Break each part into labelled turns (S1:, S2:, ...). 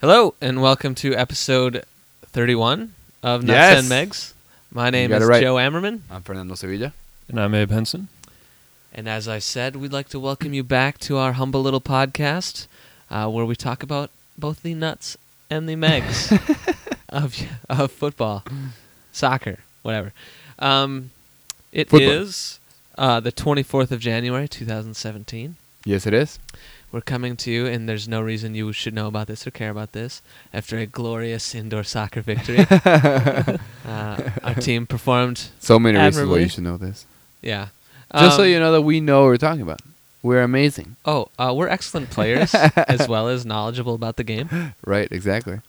S1: Hello and welcome to episode 31 of Nuts
S2: Yes.
S1: and Megs. My name
S2: got
S1: is
S2: it right.
S1: Joe Ammerman,
S2: I'm Fernando Sevilla.
S3: And I'm Abe Henson.
S1: and as I said, we'd like to welcome you back to our humble little podcast uh, where we talk about both the nuts and the Megs of of football, soccer, whatever. Um, it is
S2: Football.
S1: uh, the 24th of January 2017.
S2: Yes, it is.
S1: We're coming to you, and there's no reason you should know about this or care about this. After a glorious indoor soccer victory, uh, our team performed.
S2: So many reasons why
S1: Admirably.
S2: you should know this.
S1: Yeah.
S2: Just so
S1: Um,
S2: you know that we know what we're talking about. We're amazing.
S1: Oh, uh, we're excellent players as well as knowledgeable about the game.
S2: Right, exactly.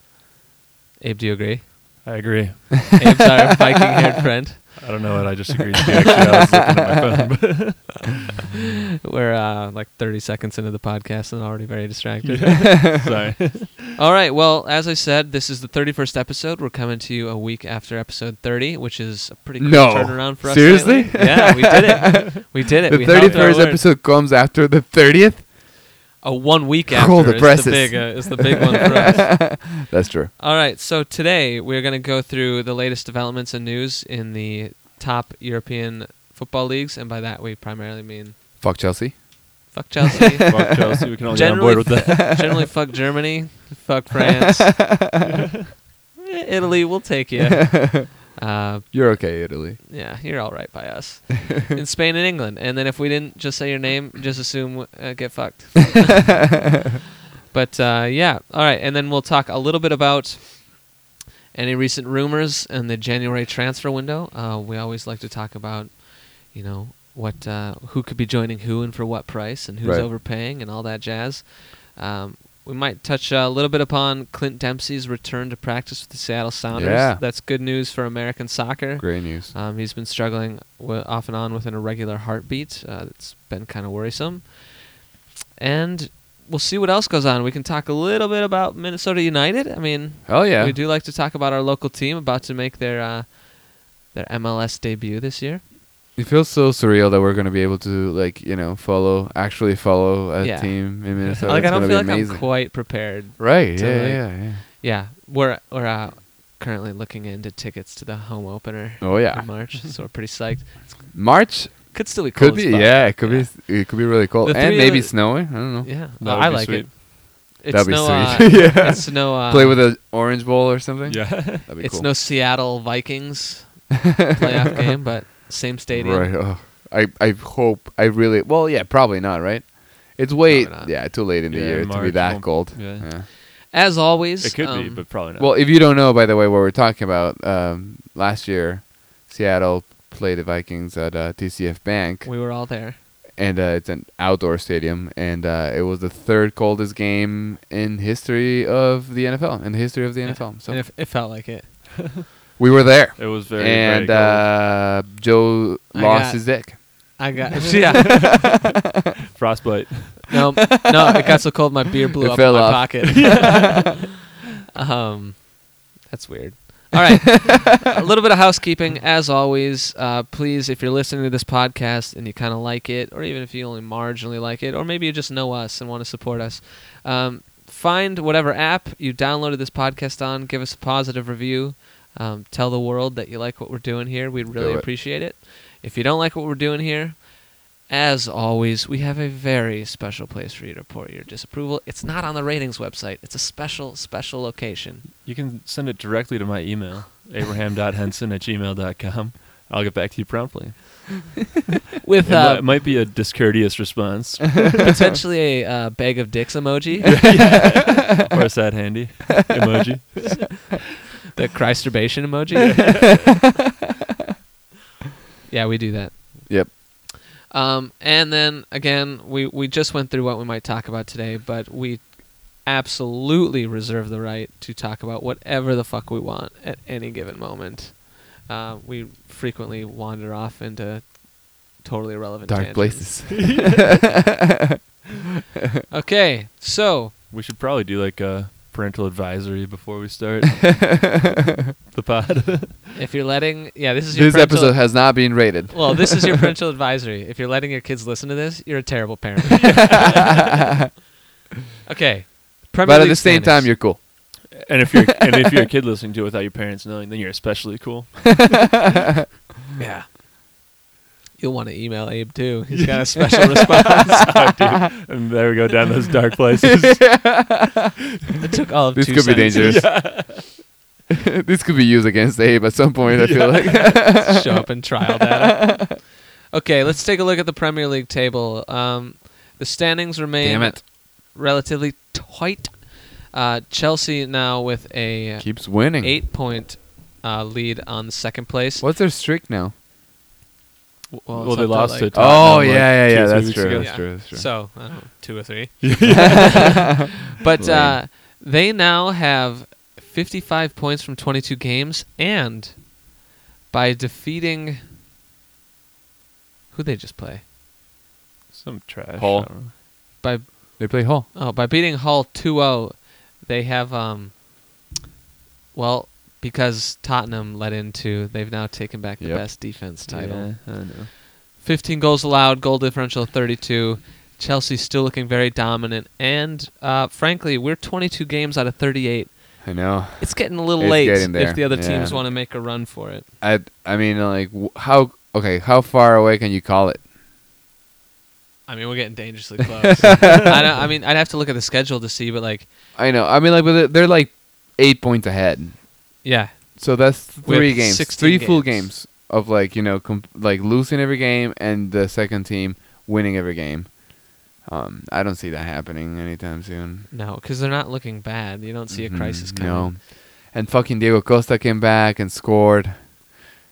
S1: Abe, do you agree?
S3: I agree.
S1: Abe's our Viking-haired friend.
S3: I don't know what I just agreed to. Actually, I was looking at my phone.
S1: We're uh, like 30 seconds into the podcast and already very distracted.
S3: But sorry.
S1: All right. Well, as I said, this is the 31st episode. We're coming to you a week after episode 30, which is a pretty quick
S2: No.
S1: turnaround for us.
S2: Seriously?
S1: lately. Yeah, we did it. We did it.
S2: The
S1: we held our
S2: 31st
S1: word.
S2: episode comes after the 30th.
S1: A one week after
S2: Roll the
S1: is
S2: presses.
S1: the big uh, is the big one for us.
S2: That's true.
S1: All right, so today we're going to go through the latest developments and news in the top European football leagues, and by that we primarily mean
S2: Fuck Chelsea.
S1: fuck Chelsea,
S3: Fuck Chelsea. We can all get on
S1: Generally-
S3: board with that.
S1: generally fuck Germany, fuck France, Eh, Italy. We'll take you. Uh,
S2: You're okay, Italy.
S1: yeah, you're all right by us. In Spain and England, and then if we didn't just say your name, just assume uh, get fucked. But uh, yeah, all right, and then we'll talk a little bit about any recent rumors and the January transfer window. Uh, we always like to talk about, you know, what uh, who could be joining who and for what price and who's
S2: Right.
S1: overpaying and all that jazz. Um, we might touch a little bit upon Clint Dempsey's return to practice with the Seattle Sounders.
S2: Yeah.
S1: That's good news for American soccer.
S2: Great news.
S1: Um, he's been struggling w- off and on with an irregular heartbeat. Uh, it's been kind of worrisome. And we'll see what else goes on. We can talk a little bit about Minnesota United. I mean,
S2: Hell yeah.
S1: we do like to talk about our local team about to make their uh, their MLS debut this year.
S2: It feels so surreal that we're going to be able to, like, you know, follow, actually follow a
S1: Yeah.
S2: team in Minnesota.
S1: like
S2: it's
S1: I don't
S2: Oh, gonna
S1: feel
S2: be
S1: like
S2: amazing.
S1: I'm quite prepared.
S2: Right,
S1: to,
S2: yeah,
S1: like-
S2: yeah, yeah.
S1: Yeah, we're we're uh, currently looking into tickets to the home opener
S2: Oh, yeah.
S1: in March, so we're pretty psyched.
S2: March
S1: Could still be cold
S2: Could
S1: as
S2: be,
S1: fuck.
S2: yeah. It could
S1: Yeah.
S2: be, it could be really cold,
S1: The
S2: and
S1: three
S2: maybe
S1: other-
S2: snowy. I don't know.
S1: Yeah,
S3: That would
S1: I
S3: be
S1: like it.
S3: sweet.
S1: It's
S2: That'd be
S1: no,
S2: sweet.
S1: Uh,
S2: Yeah.
S1: It's no. Uh,
S2: Play with an orange bowl or something.
S3: Yeah.
S2: that'd be
S1: it's
S2: cool.
S1: no Seattle Vikings playoff game, but same stadium.
S2: right. Oh, I I hope I really well. Yeah, probably not. Right. It's way
S1: Probably not.
S2: yeah too late in the
S3: Yeah,
S2: year to be
S3: March
S2: that
S3: won't-
S2: cold.
S3: yeah.
S1: As always,
S3: It could be,
S1: um,
S3: but probably not.
S2: Well, if you don't know, by the way, what we're talking about, um, last year, Seattle played the Vikings at uh, TCF Bank,
S1: we were all there.
S2: and uh, it's an outdoor stadium, and uh, it was the third coldest game in history of the NFL, in the history of the NFL. So
S1: and it, it felt like it.
S2: we were there.
S3: it was very,
S2: and
S3: very
S2: uh, Joe
S1: I
S2: lost
S1: got-
S2: his dick.
S1: I got yeah. uh,
S3: cold. frostbite.
S1: No, no, it got so cold my beer blew
S2: It
S1: up in
S2: fell
S1: my
S2: off.
S1: pocket. um, that's weird. All right, a little bit of housekeeping as always. Uh, please, if you're listening to this podcast and you kind of like it, or even if you only marginally like it, or maybe you just know us and want to support us, um, find whatever app you downloaded this podcast on. Give us a positive review. Um, tell the world that you like what we're doing here. We'd really
S2: it.
S1: appreciate it. If you don't like what we're doing here, as always, we have a very special place for you to report your disapproval. It's not on the ratings website. It's a special, special location.
S3: You can send it directly to my email, abraham.henson at gmail.com. I'll get back to you promptly.
S1: With
S3: It mi-
S1: uh,
S3: it might be a discourteous response
S1: potentially a uh, bag of dicks emoji,
S3: or a sad handy emoji.
S1: the Christurbation emoji. yeah, we do that.
S2: Yep.
S1: Um, and then again, we, we just went through what we might talk about today, but we absolutely reserve the right to talk about whatever the fuck we want at any given moment. Uh, we frequently wander off into totally irrelevant
S2: Dark
S1: tangents.
S2: places.
S1: Okay, so
S3: We should probably do like a parental advisory before we start the pod.
S1: if you're letting, yeah, this is your
S2: this
S1: parental-
S2: episode has not been rated.
S1: Well, this is your parental advisory. If you're letting your kids listen to this, you're a terrible parent. okay. Premier
S2: but at
S1: League
S2: the same
S1: standings.
S2: time, you're cool.
S3: and if you're and if you're a kid listening to it without your parents knowing, then you're especially cool.
S1: yeah. You'll want to email Abe too. He's got a special response.
S3: and there we go down those dark places.
S1: It took all of
S2: This
S1: two
S2: could be
S1: sentences.
S2: dangerous. this could be used against Abe at some point. I feel like
S1: show up and trial data. Okay, let's take a look at the Premier League table. Um, the standings remain
S2: Damn it.
S1: relatively tight. Uh, Chelsea now with a
S2: keeps winning.
S1: eight point uh, lead on second place.
S2: What's their streak now?
S1: Well,
S3: well,
S1: it's
S3: they
S1: up to,
S3: lost
S1: like,
S3: to Tottenham,
S2: Oh
S3: like,
S2: yeah, yeah,
S3: two,
S2: yeah.
S3: three
S2: That's
S3: weeks
S2: true,
S3: ago.
S2: that's
S1: Yeah.
S2: true. That's true.
S1: So I don't know, two or three. but uh, they now have 55 points from 22 games, and by defeating who they just play
S3: Some trash.
S2: Paul.
S3: I don't know.
S1: by
S2: they play Hull.
S1: oh by beating Hull 2-0, they have um well because Tottenham let in two, they've now taken back the
S2: Yep.
S1: best defense title.
S3: Yeah, I know.
S1: 15 goals allowed, goal differential 32. Chelsea still looking very dominant, and uh, frankly, we're 22 games out of 38.
S2: I know.
S1: It's getting a little
S2: It's
S1: late
S2: getting there,
S1: if the other
S2: yeah.
S1: teams want to make a run for it.
S2: I I mean like w- how okay how far away can you call it?
S1: I mean, we're getting dangerously close. I, don't, I mean, I'd have to look at the schedule to see, but like,
S2: I know. I mean like but they're- they're like eight points ahead.
S1: yeah,
S2: So that's three
S1: With
S2: games,
S1: 16
S2: three full
S1: games.
S2: games of like you know com- like losing every game and the second team winning every game. Um, I don't see that happening anytime soon.
S1: no, because they're not looking bad. You don't see a
S2: Mhm,
S1: crisis coming.
S2: No, and fucking Diego Costa came back and scored.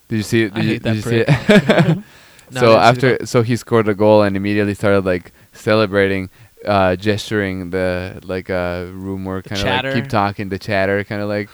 S2: Did you see it?
S1: I
S2: Did you,
S1: hate that
S2: did you see it?
S1: No,
S2: so
S1: I didn't see the
S2: after, so he scored a goal and immediately started like celebrating, uh, gesturing the like uh, room work
S1: The
S2: kind of like
S1: chatter.
S2: keep talking the chatter kind of like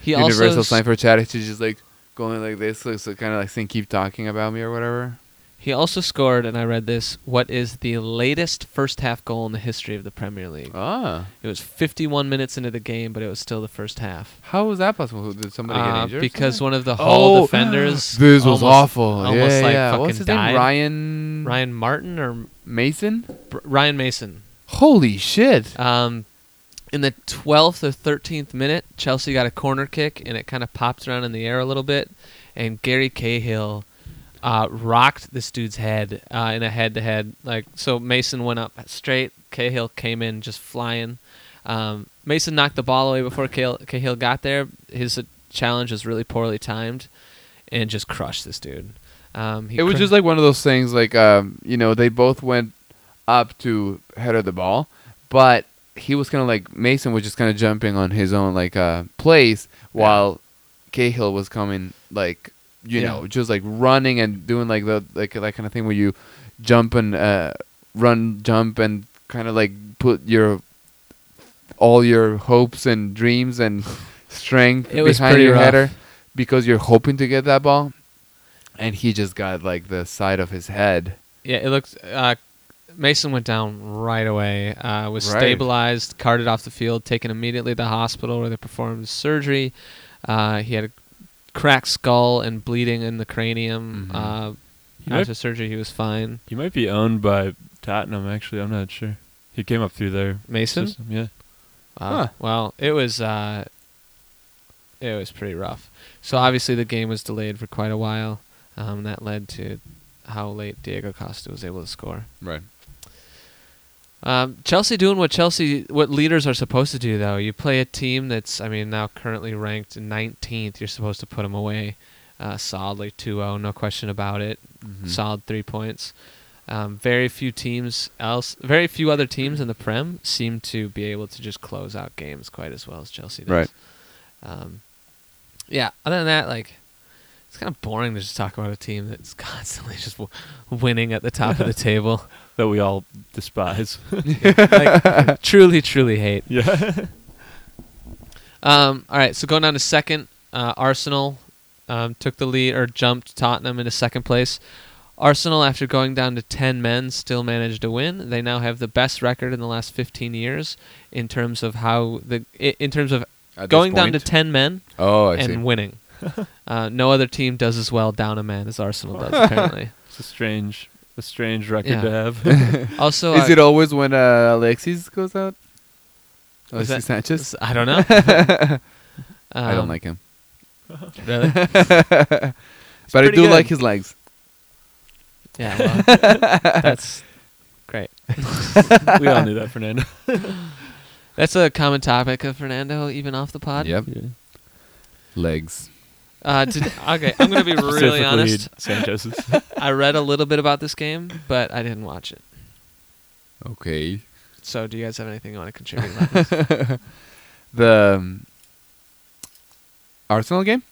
S1: He also
S2: universal
S1: s-
S2: sign for chatter. She's just like going like this, like, so kind of like saying keep talking about me or whatever.
S1: he also scored, and I read this. What is the latest first half goal in the history of the Premier League?
S2: Ah,
S1: It was 51 minutes into the game, but it was still the first half.
S2: how was that possible? Who- Did somebody get
S1: Uh,
S2: injured? or
S1: because
S2: something?
S1: one of the Hull
S2: Oh,
S1: defenders.
S2: this was
S1: almost-
S2: awful.
S1: almost,
S2: yeah,
S1: like,
S2: yeah. What
S1: fucking
S2: was his name?
S1: died.
S2: Ryan.
S1: Ryan Martin or
S2: Mason.
S1: Br- Ryan Mason.
S2: Holy shit!
S1: Um, in the 12th or 13th minute, Chelsea got a corner kick and it kind of popped around in the air a little bit. And Gary Cahill uh, rocked this dude's head uh, in a head-to-head. Like so, Mason went up straight. Cahill came in just flying. Um, Mason knocked the ball away before Cahill, Cahill got there. His uh, challenge was really poorly timed, and just crushed this dude. Um, he
S2: it was
S1: cru-
S2: just like one of those things like um you know they both went up to header the ball but he was kind of like mason was just kind of jumping on his own like uh place while cahill was coming like you
S1: Yeah.
S2: know just like running and doing like the like that kind of thing where you jump and uh run jump and kind of like put your all your hopes and dreams and strength
S1: It was
S2: behind
S1: pretty
S2: your
S1: rough.
S2: header because you're hoping to get that ball and he just got like the side of his head.
S1: Yeah, it looked. Uh, Mason went down right away. Uh, was
S2: Right.
S1: stabilized, carted off the field, taken immediately to the hospital where they performed surgery. Uh, he had a cracked skull and bleeding in the cranium.
S2: Mhm.
S1: Uh,
S3: You
S1: after
S3: might-
S1: surgery, he was fine.
S3: You might be owned by Tottenham. Actually, I'm not sure. He came up through their
S1: Mason.
S3: system. Yeah.
S1: Wow.
S2: Huh.
S1: Well, it was. Uh, it was pretty rough. So obviously the game was delayed for quite a while. Um, that led to how late Diego Costa was able to score.
S2: Right.
S1: Um, Chelsea doing what Chelsea, what leaders are supposed to do, though. You play a team that's, I mean, now currently ranked 19th. You're supposed to put them away uh, solidly 2 0, no question about it.
S2: Mm-hmm.
S1: Solid three points. Um, very few teams else, very few other teams in the Prem seem to be able to just close out games quite as well as Chelsea does.
S2: Right.
S1: Um, yeah. Other than that, like, it's kind of boring to just talk about a team that's constantly just w- winning at the top of the table.
S3: That we all despise.
S1: Like, truly, truly hate.
S3: yeah.
S1: Um, all right, so going down to second, uh, Arsenal um, took the lead or jumped Tottenham into second place. Arsenal, after going down to 10 men, still managed to win. They now have the best record in the last 15 years in terms of how the i- in terms of
S2: At this
S1: going down to
S2: point?
S1: 10 men
S2: Oh, I
S1: and
S2: see.
S1: winning. uh, no other team does as well down a man as Arsenal does apparently.
S3: It's a strange, a strange record
S1: Yeah.
S3: to have.
S1: Also,
S2: Is
S1: uh,
S2: it always when uh, Alexis goes out?
S1: Is
S2: Alexis
S1: that-
S2: Sanchez.
S1: I don't know.
S2: I don't
S1: Um,
S2: like him,
S1: really.
S2: but I
S3: pretty
S2: do
S3: good.
S2: like his legs.
S1: Yeah, well, that's great.
S3: we all knew that, Fernando.
S1: That's a common topic of Fernando, even off the pod.
S2: Yep, legs.
S1: Uh, did, okay, I'm gonna be really
S3: Specifically
S1: honest.
S3: Sanchez's.
S1: I read a little bit about this game, but I didn't watch it.
S2: Okay.
S1: So, do you guys have anything you want to contribute? About this?
S2: The um, Arsenal game?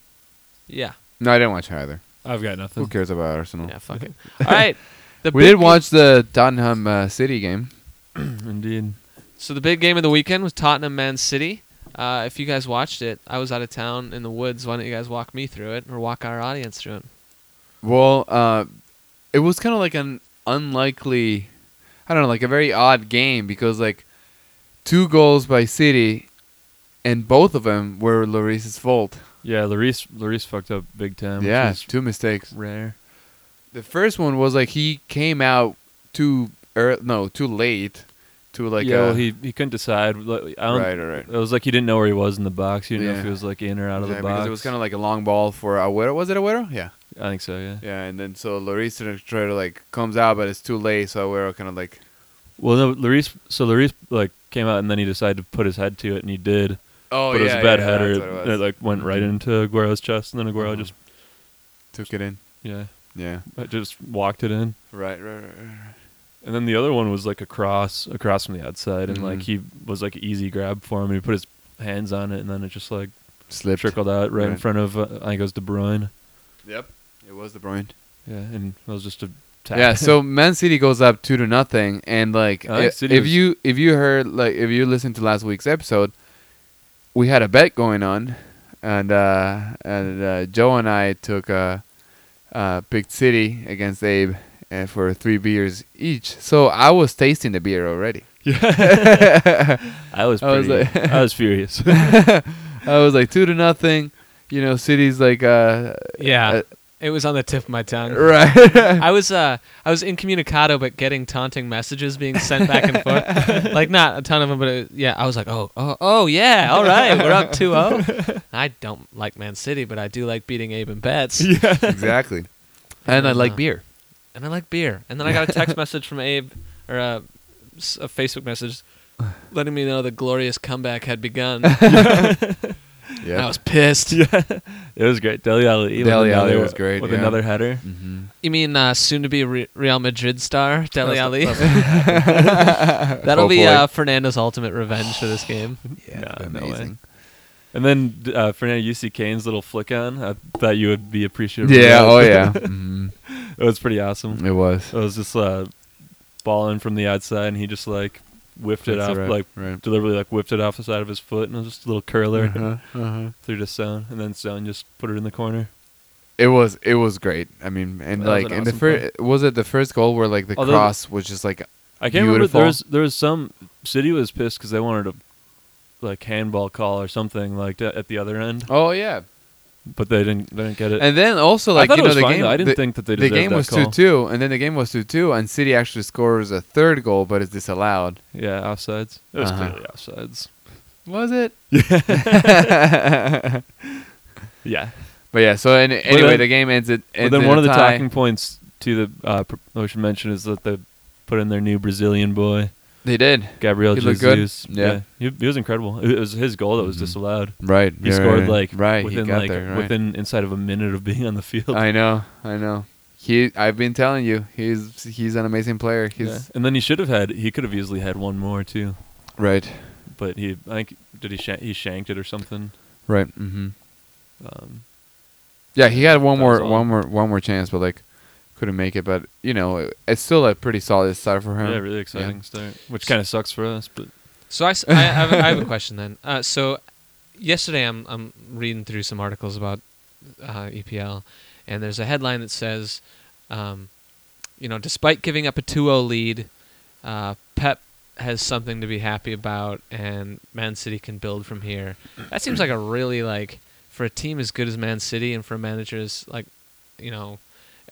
S1: yeah,
S2: No, I didn't watch it either.
S3: I've got
S2: Who
S3: nothing.
S2: cares about Arsenal?
S1: yeah, fuck it. All right, the
S2: we
S1: big
S2: did
S1: ga-
S2: watch the Tottenham uh, City game.
S3: Indeed.
S1: So the big game of the weekend was Tottenham Man City. Uh, if you guys watched it, I was out of town in the woods. Why don't you guys walk me through it or walk our audience through it?
S2: Well, uh, it was kind of like an unlikely, I don't know, like a very odd game because like two goals by City, and both of them were Lloris's fault.
S3: Yeah, Larice, Larice fucked up big time. which
S2: yeah,
S3: is
S2: two mistakes.
S3: rare.
S2: The first one was like he came out too, ear no, too late, to like
S3: yeah,
S2: a,
S3: well, he he couldn't decide. Like, I don't,
S2: right, right, right.
S3: It was like he didn't know where he was in the box. He didn't know
S2: Yeah.
S3: if he was like in or out of
S2: Yeah,
S3: the box.
S2: because it was kind of like a long ball for Agüero. Was it Agüero? Yeah.
S3: I think so. Yeah.
S2: Yeah, and then so Lloris try to like comes out, but it's too late. So Agüero kind of like
S3: Well, no, Larice. So Larice like came out and then he decided to put his head to it, and he did.
S2: oh
S3: but it was
S2: yeah,
S3: a bad
S2: yeah,
S3: header.
S2: that's what it was. Mm-hmm.
S3: and It like went right into Aguero's chest, and then Aguero
S2: Mhm.
S3: just
S2: took it in.
S3: yeah,
S2: Yeah.
S3: just walked it in.
S2: Right, right, right, right.
S3: And then the other one was like a cross, across from the outside, and like
S2: Mhm.
S3: he was like easy grab for him. He put his hands on it, and then it just like
S2: Slipped.
S3: trickled out right, in
S2: Right.
S3: front of uh, I think it was De Bruyne.
S2: Yep. It was the Bruyne.
S3: Yeah, and it was just a tap.
S2: Yeah. So Man City goes up two to nothing, and like
S3: I think
S2: i- if,
S3: City was-
S2: you if you heard like if you listened to last week's episode, we had a bet going on, and uh, and uh, Joe and I took uh, uh, picked City against Abe. And for three beers each, so I was tasting the beer already.
S3: I was
S2: I was
S3: pretty, I
S2: like-
S3: was, furious.
S2: I was like two to nothing. You know, City's like uh
S1: Yeah,
S2: uh,
S1: it was on the tip of my tongue.
S2: right.
S1: I was uh I was incommunicado, but getting taunting messages being sent back and forth. like not a ton of them, but uh yeah, I was like, oh, oh, oh, yeah, all right, we're up 2-0. I don't like Man City, but I do like beating Abe and Betts,
S2: exactly. And I like
S1: Uh,
S2: beer.
S1: and I like beer. And then I got a text message from Abe or a, s a Facebook message letting me know the glorious comeback had begun. And I was pissed.
S3: it was great. Deli Ali. with
S2: Dele Alli
S3: another-
S2: was great,
S3: With
S2: yeah.
S3: another header.
S2: Mhm.
S1: You mean uh, soon to be Re- Real Madrid star Deli Ali? That'll be
S2: Hopefully.
S1: uh, Fernando's ultimate revenge for this game.
S2: Yeah,
S3: No,
S2: that'd be
S3: no way.
S2: amazing.
S3: And then d- uh, Fernando, you see Kane's little flick on. I thought you would be appreciative. of
S2: Yeah.
S3: that.
S2: Oh yeah. Mhm.
S3: it was pretty awesome.
S2: It was.
S3: It was just uh, balling from the outside, and he just like whiffed it
S2: That's
S3: off,
S2: right,
S3: like
S2: right.
S3: deliberately like whipped it off the side of his foot, and it was just a little curler
S2: Uh-huh, uh-huh.
S3: through to Stone, and then Stone just put it in the corner.
S2: It was. It was great. I mean, and
S3: That was
S2: like,
S3: an
S2: and the
S3: awesome
S2: first was it the first goal where like the
S3: Although-
S2: cross was just like
S3: I can't remember.
S2: Beautiful.
S3: There was there was some city was pissed because they wanted a like handball call or something like that at the other end,
S2: oh yeah,
S3: but they didn't they didn't get it.
S2: and then also like
S3: I thought
S2: you
S3: it
S2: know
S3: was
S2: the
S3: fine.
S2: game
S3: though. I didn't
S2: the,
S3: think that they
S2: the
S3: deserved
S2: game
S3: that
S2: was
S3: call.
S2: two two and then the game was two two and City actually scores a third goal but it's disallowed.
S3: Yeah, offsides. It was
S2: Uh-huh.
S3: clearly offsides.
S2: Was it?
S3: Yeah.
S2: But yeah, so an anyway,
S3: then-
S2: the game ends it.
S3: But
S2: Ends
S3: then
S2: in
S3: one
S2: a
S3: of the
S2: tie.
S3: talking points to the uh, pr- I should mention is that they put in their new Brazilian boy
S2: They did.
S3: Gabriel
S2: He looked good.
S3: Jesus.
S2: Yeah.
S3: he, he was incredible. It was his goal that was
S2: Mhm.
S3: disallowed.
S2: Right.
S3: He scored like
S2: right.
S3: within
S2: he got
S3: like
S2: there, right.
S3: within inside of a minute of being on the field.
S2: I know. I know. He. I've been telling you, he's he's an amazing player. He's
S3: Yeah. And then he should have had he could have easily had one more too,
S2: right.
S3: but he I think did he shank, he shanked it or something.
S2: Right. Mm-hmm.
S3: Um,
S2: Yeah, he had one
S3: That was
S2: more
S3: all.
S2: one more one more chance, but like couldn't make it. But you know, it's still a pretty solid start for him.
S3: yeah, really exciting start, which kind of sucks for us. But
S1: So I, s- I have, I have a question then. Uh, so yesterday I'm I'm reading through E some articles about uh, EPL, and there's a headline that says um, you know, despite giving up a 2-0 lead, uh, Pep has something to be happy about, and Man City can build from here. That seems like a really like for a team as good as Man City and for managers like, you know,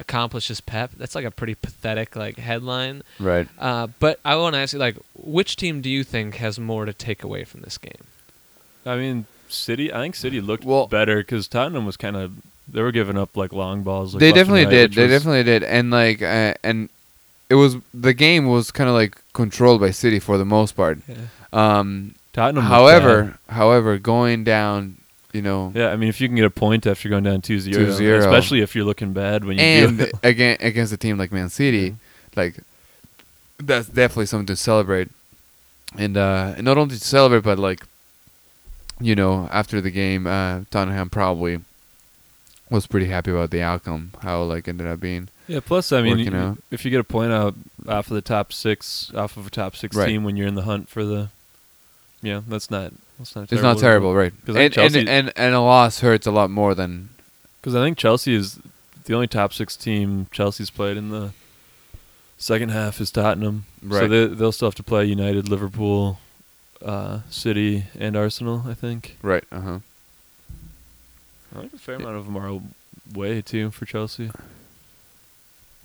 S1: accomplished as Pep. That's like a pretty pathetic like headline.
S2: Right.
S1: Uh, but I want to ask you like, which team do you think has more to take away from this game?
S3: I mean, City. I think City looked
S2: Well-
S3: better because Tottenham was kind of they were giving up like long balls. Like,
S2: they
S3: left and
S2: definitely
S3: right,
S2: did.
S3: which
S2: They
S3: was-
S2: definitely did. And like, uh, and it was the game was kind of like controlled by City for the most part.
S3: Yeah.
S2: Um,
S3: Tottenham. was
S2: however, however, going down, you know,
S3: bad. yeah. I mean, if you can get a point after going down 2-0,
S2: 2-0.
S3: especially if you're looking bad when you do
S2: and
S3: it.
S2: again against a team like Man City, like that's definitely something to celebrate. And uh, not only to celebrate, but like, you know, after the game, uh, Tottenham probably was pretty happy about the outcome, how like ended up being.
S3: Yeah. Plus, I mean,
S2: Working
S3: you-
S2: out.
S3: if you get a point out off of the top six, off of a top six
S2: Right.
S3: team when you're in the hunt for the, yeah, that's not that's not.
S2: It's not terrible, right? And,
S3: 'Cause I think
S2: and
S3: Chelsea-
S2: and and a loss hurts a lot more than
S3: Because I think Chelsea is the only top six team Chelsea's played in the second half is Tottenham.
S2: Right.
S3: So they, they'll still have to play United, Liverpool, uh, City, and Arsenal, I think.
S2: right. Uh huh.
S3: I think a fair amount of them are away, too, for Chelsea.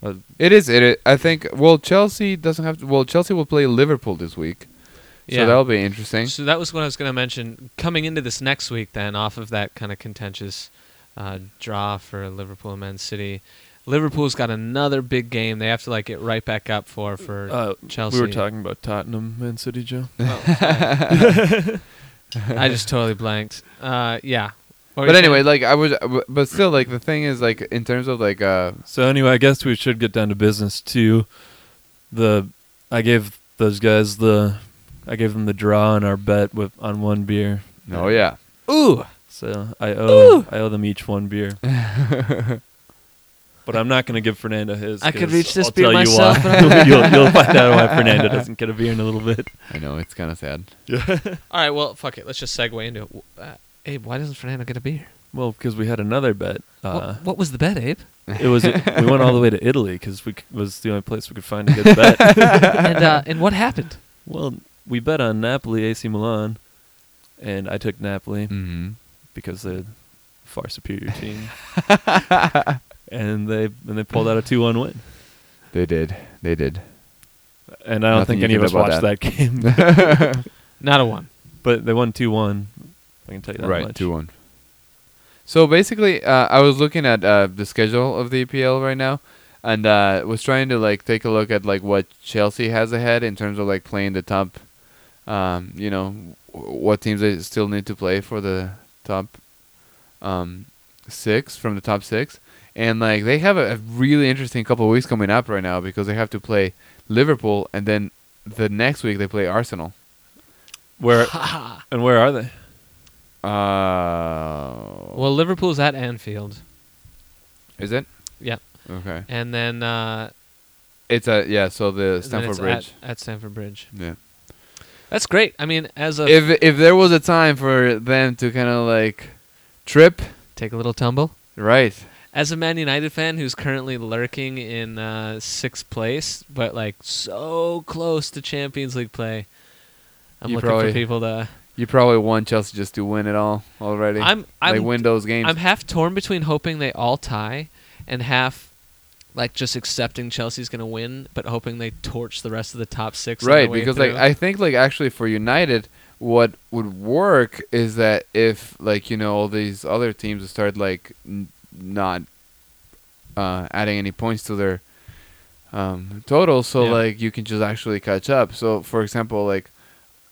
S3: Uh,
S2: It is. It. Is, I think. Well, Chelsea doesn't have. To, well, Chelsea will play Liverpool this week, so that'll be interesting.
S1: So that was what I was going to mention. Coming into this next week, then, off of that kind of contentious uh, draw for Liverpool and Man City, Liverpool's got another big game. They have to like get right back up for for
S3: uh,
S1: Chelsea.
S3: We were talking about Tottenham, Man City, Joe.
S1: I just totally blanked. Uh, yeah. What were
S2: But
S1: you
S2: anyway,
S1: saying?
S2: like I was, but still, like the thing is, like in terms of like uh,
S3: So anyway, I guess we should get down to business too. The I gave those guys the I gave them the draw on our bet with on one beer.
S2: no, oh, yeah,
S1: ooh,
S3: So I owe I owe them each one beer. but I'm not gonna give Fernando his.
S1: I could
S3: 'cause
S1: reach this
S3: I'll
S1: beer
S3: tell you
S1: myself,
S3: why. you'll, you'll find out why Fernando doesn't get a beer in a little bit.
S2: I know it's kind of sad.
S1: all right. Well, fuck it. Let's just segue into it. Wh- Uh, Abe, why doesn't Fernando get a beer?
S3: Well, because we had another bet. Uh,
S1: what, what was the bet, Abe?
S3: It was we went all the way to Italy because we c- was the only place we could find a good bet.
S1: and uh, and what happened?
S3: well, we bet on Napoli, AC Milan, and I took Napoli.
S2: Mm-hmm.
S3: because they're a far superior team. and they and they pulled out a two one win.
S2: They did, they did.
S3: And I don't
S2: Nothing
S3: think
S2: you can
S3: any of us
S2: do about
S3: watched that, game.
S1: Not a one.
S3: but they won two one. I can tell you that
S2: right,
S3: much.
S2: two one. So basically, uh, I was looking at uh, the schedule of the EPL right now, and uh, was trying to like take a look at like what Chelsea has ahead in terms of like playing the top, um, you know, w- what teams they still need to play for the top, um, six from the top six, and like they have a, a really interesting couple of weeks coming up right now because they have to play Liverpool and then the next week they play Arsenal.
S3: Where and where are they?
S2: Uh,
S1: Well, Liverpool's at Anfield.
S2: is it
S1: Yeah.
S2: okay?
S1: And then uh,
S2: It's a yeah. So the
S1: then
S2: Stamford
S1: it's
S2: Bridge.
S1: at, at Stanford Bridge.
S2: yeah.
S1: That's great. I mean, as a
S2: If if there was a time for them to kind of like trip,
S1: take a little tumble.
S2: right?
S1: As a Man United fan who's currently lurking in uh, sixth place, but like so close to Champions League play, I'm
S2: You
S1: looking
S2: probably-
S1: for people to.
S2: You probably want Chelsea just to win it all already.
S1: I'm
S2: they
S1: I'm
S2: win those games.
S1: I'm half torn between hoping they all tie, and half like just accepting Chelsea's gonna win, but hoping they torch the rest of the top six. on their
S2: right
S1: way
S2: because like
S1: through.
S2: I think like actually for United, what would work is that if like you know all these other teams start like n- not uh, adding any points to their um, total, so
S1: Yeah.
S2: like you can just actually catch up. So for example, like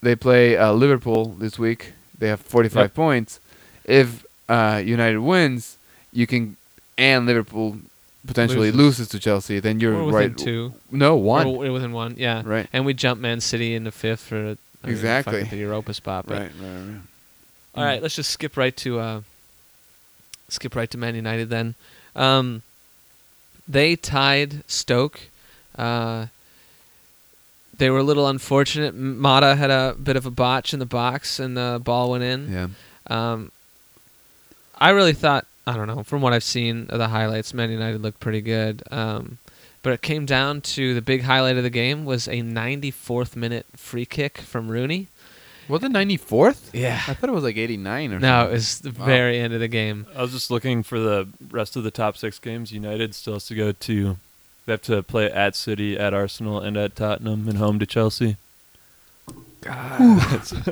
S2: they play uh, Liverpool this week. They have 45
S3: Yep.
S2: points. If uh, United wins, you can and Liverpool potentially
S1: Loses.
S2: loses, to Chelsea. Then you're
S1: We're within
S2: right.
S1: two.
S2: No one.
S1: Or within one, yeah.
S2: Right.
S1: And we jump Man City into fifth for I mean, fuck
S2: Exactly.
S1: it, the Europa spot. But
S2: Right, right, right.
S1: all right, let's just skip right to uh, skip right to Man United then. Um, they tied Stoke. Uh, they were a little unfortunate. M- Mata had a bit of a botch in the box, and the ball went in.
S2: Yeah.
S1: Um, I really thought I don't know from what I've seen of the highlights, Man United looked pretty good. Um, But it came down to the big highlight of the game was a 94th minute free kick from Rooney.
S2: Was it 94th?
S1: Yeah.
S2: I thought it was like 89 or
S1: No, it
S2: something.
S1: was the
S2: Wow.
S1: very end of the game.
S3: I was just looking for the rest of the top six games. United still has to go to. They have to play at City, at Arsenal, and at Tottenham, and home to Chelsea.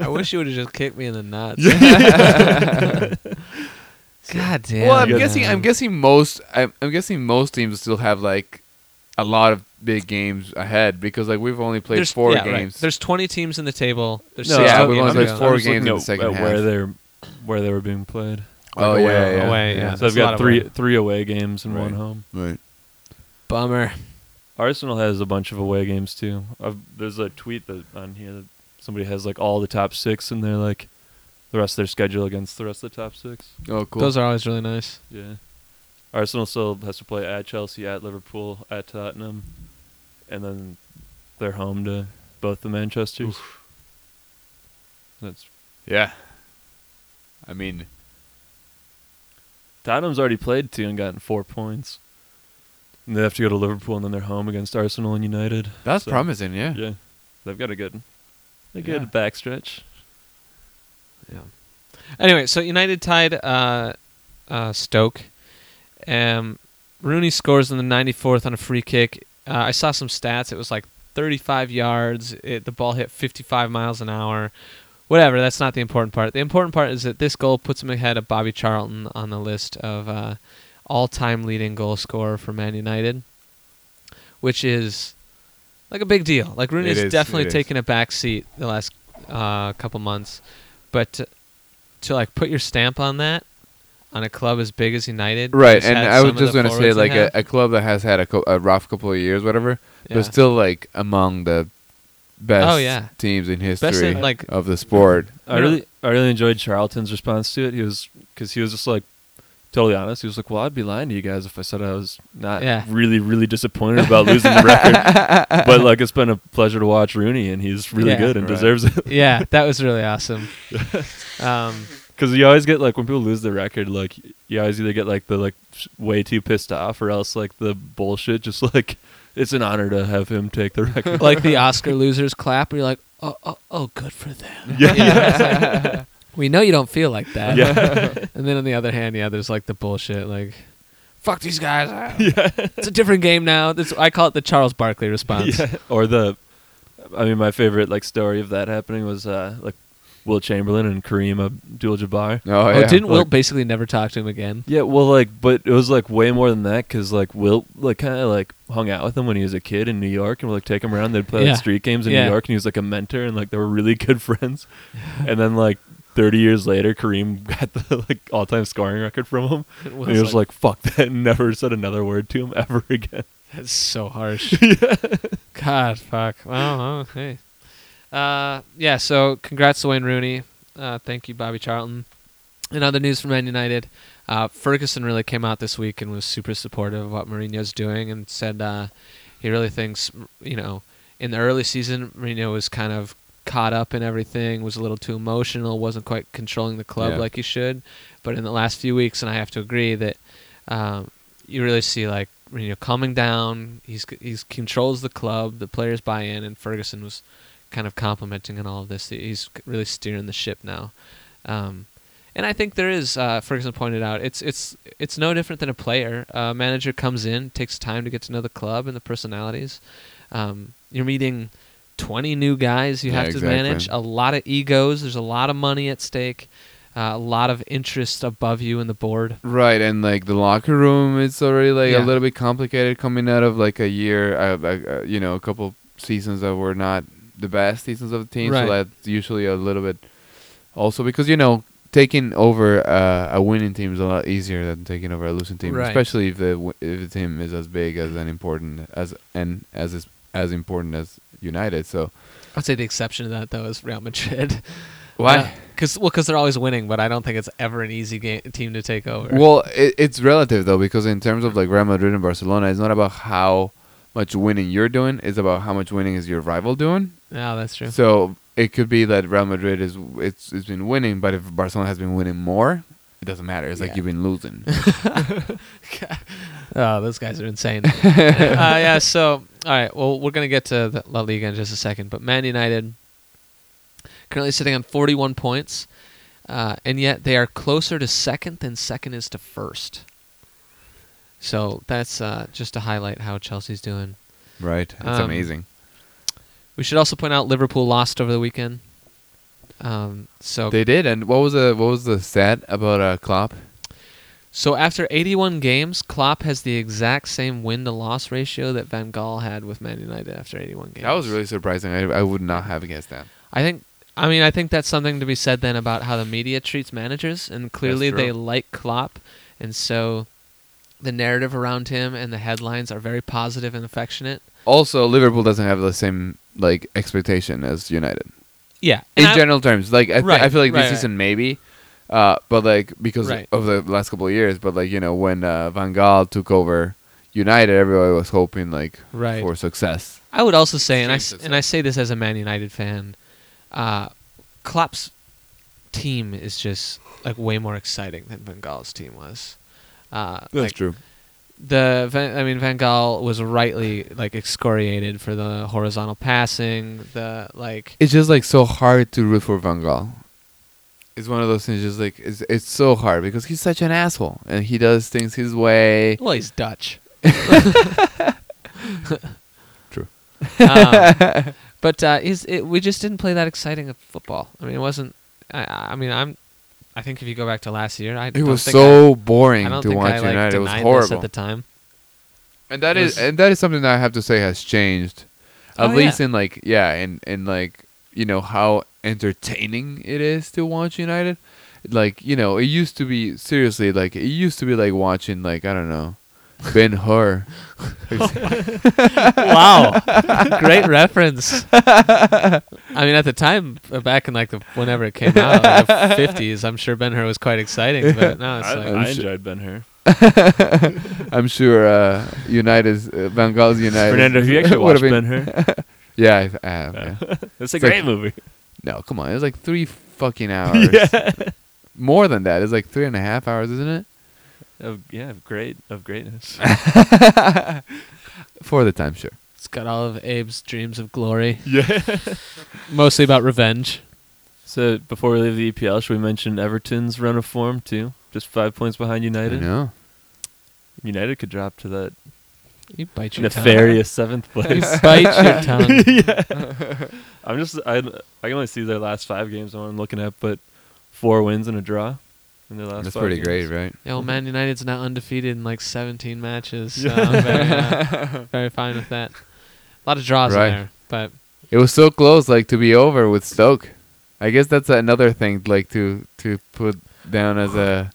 S1: I wish you would have just kicked me in the nuts. God damn.
S2: well, I'm
S3: Yeah.
S2: guessing. I'm guessing most. I'm, I'm guessing most teams still have like a lot of big games ahead because like we've only played
S1: There's-
S2: four
S1: yeah, right.
S2: games.
S1: There's 20 teams in the table. There's
S2: No,
S1: 16
S2: yeah, we've
S1: games
S2: only
S1: to
S2: played
S1: go.
S2: four
S3: I'm just
S2: games in
S3: looking
S2: the second
S3: at
S2: half.
S3: Where they're, where they were being played.
S2: oh
S3: Like
S2: yeah,
S3: away,
S2: yeah,
S1: away,
S2: yeah.
S1: yeah.
S3: so
S1: That's
S3: I've
S1: a lot
S3: got
S1: of
S3: three
S1: work.
S3: three away games and one
S2: Right.
S3: home.
S2: Right.
S1: Bummer.
S3: Arsenal has a bunch of away games too. I've, there's a tweet that on here that somebody has like all the top six and they're like the rest of their schedule against the rest of the top six.
S2: Oh, cool.
S1: Those are always really nice.
S3: Yeah. Arsenal still has to play at Chelsea, at Liverpool, at Tottenham, and then they're home to both the Manchesters. That's
S2: yeah. I mean,
S3: Tottenham's already played two and gotten four points. And they have to go to Liverpool and then they're home against Arsenal and United.
S2: that's
S3: So,
S2: promising. Yeah.
S3: Yeah, they've got a good, a good
S2: Yeah.
S3: backstretch.
S1: Yeah. Anyway, so United tied uh, uh, Stoke. Um, Rooney scores in the 94th on a free kick. Uh, I saw some stats. It was like 35 yards. It, the ball hit 55 miles an hour. Whatever. That's not the important part. The important part is that this goal puts him ahead of Bobby Charlton on the list of uh, all-time leading goal scorer for Man United, which is like a big deal. Like Rooney's
S2: is,
S1: definitely
S2: it is.
S1: taken a back seat the last uh, couple months, but to, to like put your stamp on that on a club as big as United,
S2: Right,
S1: which
S2: and
S1: had
S2: I
S1: some
S2: was
S1: of
S2: just
S1: the
S2: gonna say
S1: forwards they
S2: like a,
S1: have,
S2: a club that has had a, co- a rough couple of years, whatever,
S1: yeah.
S2: but still like among the best
S1: Oh, yeah.
S2: teams in history
S1: in, like-
S2: of the sport.
S3: I
S1: Yeah.
S3: really, I really enjoyed Charlton's response to it. He was, because he was just like, totally honest. He was like, "Well, I'd be lying to you guys if I said I was not
S1: Yeah.
S3: really, really disappointed about losing the record." But like, it's been a pleasure to watch Rooney, and he's really
S1: Yeah.
S3: good and
S2: Right.
S3: deserves it.
S1: yeah, that was really awesome. um,
S3: Because you always get like when people lose the record, like you always either get like the like sh- way too pissed off, or else like the bullshit. Just like it's an honor to have him take the record.
S1: like the Oscar losers clap, where you're like, oh, oh, oh good for them.
S3: Yeah.
S1: it's like, we know you don't feel like that.
S3: yeah,
S1: And then on the other hand, yeah, there's like the bullshit, like, fuck these guys. yeah. It's a different game now. This, I call it the Charles Barkley response.
S3: yeah. Or the, I mean, my favorite like story of that happening was uh like Will Chamberlain and Kareem Abdul-Jabbar.
S2: Oh,
S1: Oh,
S2: yeah.
S1: didn't Wilt
S3: Like-
S1: basically never talk to him again?
S3: Yeah, well, like, but it was like way more than that because like Wilt like kind of like hung out with him when he was a kid in New York and would like take him around. They'd play like,
S1: Yeah.
S3: street games in
S1: Yeah.
S3: New York, and he was like a mentor and like they were really good friends. and then like. 30 years later, Kareem got the like all-time scoring record from him. And he was like, "Fuck that!" and Never said another word to him ever again.
S1: That's so harsh. God, fuck. Wow. oh, hey. Uh, yeah. So, congrats to Wayne Rooney. Uh, thank you, Bobby Charlton. In other news from Man United, uh, Ferguson really came out this week and was super supportive of what Mourinho's doing and said uh, he really thinks, you know, in the early season, Mourinho was kind of caught up in everything, was a little too emotional, wasn't quite controlling the club
S2: Yeah.
S1: like he should. But in the last few weeks, and I have to agree that um, you really see like Mourinho calming down. He's he's controls the club. The players buy in, and Ferguson was kind of complimenting on all of this. He's really steering the ship now. Um, and I think there is. Uh, Ferguson pointed out it's it's it's no different than a player. A manager comes in, takes time to get to know the club and the personalities. Um, you're meeting 20 new guys you
S2: Yeah,
S1: have to
S2: exactly.
S1: manage. A lot of egos. There's a lot of money at stake. Uh, a lot of interest above you in the board.
S2: Right, and like the locker room, it's already like
S1: Yeah.
S2: a little bit complicated coming out of like a year, uh, uh, uh, you know, a couple seasons that were not the best seasons of the team.
S1: Right.
S2: So that's usually a little bit also because you know taking over uh, a winning team is a lot easier than taking over a losing team,
S1: Right.
S2: especially if the w- if the team is as big as and important as and as is as important as United. So
S1: I'd say the exception to that though is Real Madrid.
S2: why?
S1: Because well, because they're always winning, but I don't think it's ever an easy game, team to take over.
S2: Well, it, it's relative though, because in terms of like Real Madrid and Barcelona, it's not about how much winning you're doing; it's about how much winning is your rival doing.
S1: no, that's true.
S2: So it could be that Real Madrid is it's, it's been winning, but if Barcelona has been winning more, it doesn't matter. It's
S1: Yeah.
S2: like you've been losing.
S1: Oh, those guys are insane. uh, yeah, so, all right. Well, we're going to get to the La Liga in just a second. But Man United currently sitting on 41 points, uh, and yet they are closer to second than second is to first. So that's uh, just to highlight how Chelsea's doing.
S2: right. It's
S1: Um,
S2: amazing.
S1: We should also point out Liverpool lost over the weekend. Um, so
S2: They did. And what was the what was the stat about uh, Klopp?
S1: So after 81 games, Klopp has the exact same win to loss ratio that Van Gaal had with Man United after 81 games.
S2: That was really surprising. I, I would not have guessed that.
S1: I think. I mean, I think that's something to be said then about how the media treats managers, and clearly
S2: true.
S1: they like Klopp, and so the narrative around him and the headlines are very positive and affectionate.
S2: Also, Liverpool doesn't have the same like expectation as United
S1: Yeah,
S2: in general terms. Like I, th-
S1: Right,
S2: I feel like
S1: right,
S2: this
S1: right.
S2: season maybe, uh, but like because
S1: Right.
S2: of the last couple of years. But like you know when uh, Van Gaal took over United, everybody was hoping like
S1: Right.
S2: for success.
S1: I would also say, and I s-
S2: Extreme
S1: and I say this as a Man United fan, uh, Klopp's team is just like way more exciting than Van Gaal's team was. Uh, like,
S2: true.
S1: the Van, I mean Van Gaal was rightly like excoriated for the horizontal passing, the like
S2: It's just like so hard to root for Van Gaal. It's one of those things. Just like it's it's so hard because he's such an asshole and he does things his way.
S1: well he's Dutch.
S2: True.
S1: Um, but uh, is it, we just didn't play that exciting of football. I mean it wasn't. I, I mean I'm. I think if you go back to last year, I
S2: It
S1: don't
S2: was
S1: think
S2: so
S1: I, I
S2: boring
S1: don't
S2: to
S1: think
S2: watch
S1: I, like,
S2: United. It was
S1: denied this
S2: horrible.
S1: at the time.
S2: and that
S1: It
S2: is
S1: was-
S2: and that is something that I have to say has changed, at
S1: Oh,
S2: least
S1: yeah.
S2: in like yeah, in in like you know how entertaining it is to watch United. Like you know, it used to be seriously like it used to be like watching like I don't know, Ben Hur.
S1: wow, great reference. I mean, at the time, uh, back in like the whenever it came out, like the fifties, I'm sure Ben Hur was quite exciting. But now it's
S3: I,
S1: like
S3: I
S2: I'm su-
S3: enjoyed Ben Hur.
S2: I'm sure uh, United's uh, Van Gaal's United.
S3: Fernando, have you actually
S2: would've
S3: watched
S2: been-
S3: Ben Hur?
S2: Yeah, I- I have.
S3: Yeah.
S2: yeah.
S3: It's a
S2: It's like-
S3: great movie.
S2: No, come on, it was like three fucking hours.
S3: Yeah.
S2: More than that, it's like three and a half hours, isn't it?
S3: Of, yeah, of great of greatness.
S2: For the time, sure.
S1: it's got all of Abe's dreams of glory,
S3: yeah.
S1: mostly about revenge.
S3: So before we leave the EPL, should we mention Everton's run of form too? Just five points behind
S2: I
S3: United.
S2: know.
S3: United could drop to that
S1: You bite your
S3: nefarious seventh
S1: tongue. You
S3: place.
S1: bite your tongue.
S3: I'm just I I can only see their last five games on what I'm looking at, but four wins and a draw in their last.
S2: That's
S3: five
S2: pretty great,
S3: games.
S2: right?
S1: Yo, Man United's now undefeated in like 17 matches. So I'm very, uh, very fine with that. A lot of draws
S2: Right.
S1: in there, but
S2: It was so close, like to be over with Stoke. I guess that's another thing, like to to put down as a,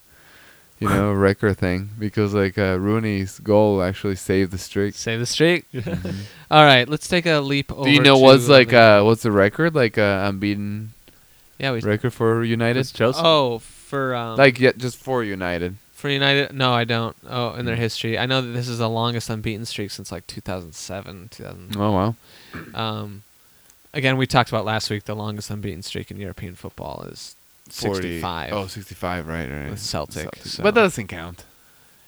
S2: you know, record thing because like uh, Rooney's goal actually saved the streak.
S1: save the streak. All right, let's take a leap over.
S2: Do you know
S1: to
S2: what's like
S1: the-
S2: uh what's the record like uh, unbeaten
S1: yeah, we
S2: record for United?
S3: It's Chelsea.
S1: Oh, for um,
S2: Like yeah, just for United.
S1: for United. No, I don't. Oh, in their
S2: Mm.
S1: history, I know that this is the longest unbeaten streak since like 2007, 2000.
S2: Oh wow.
S1: Um, again, we talked about last week. The longest unbeaten streak in European football is 65
S2: Oh, 65, right, right.
S1: with Celtic. so-
S2: But that doesn't count.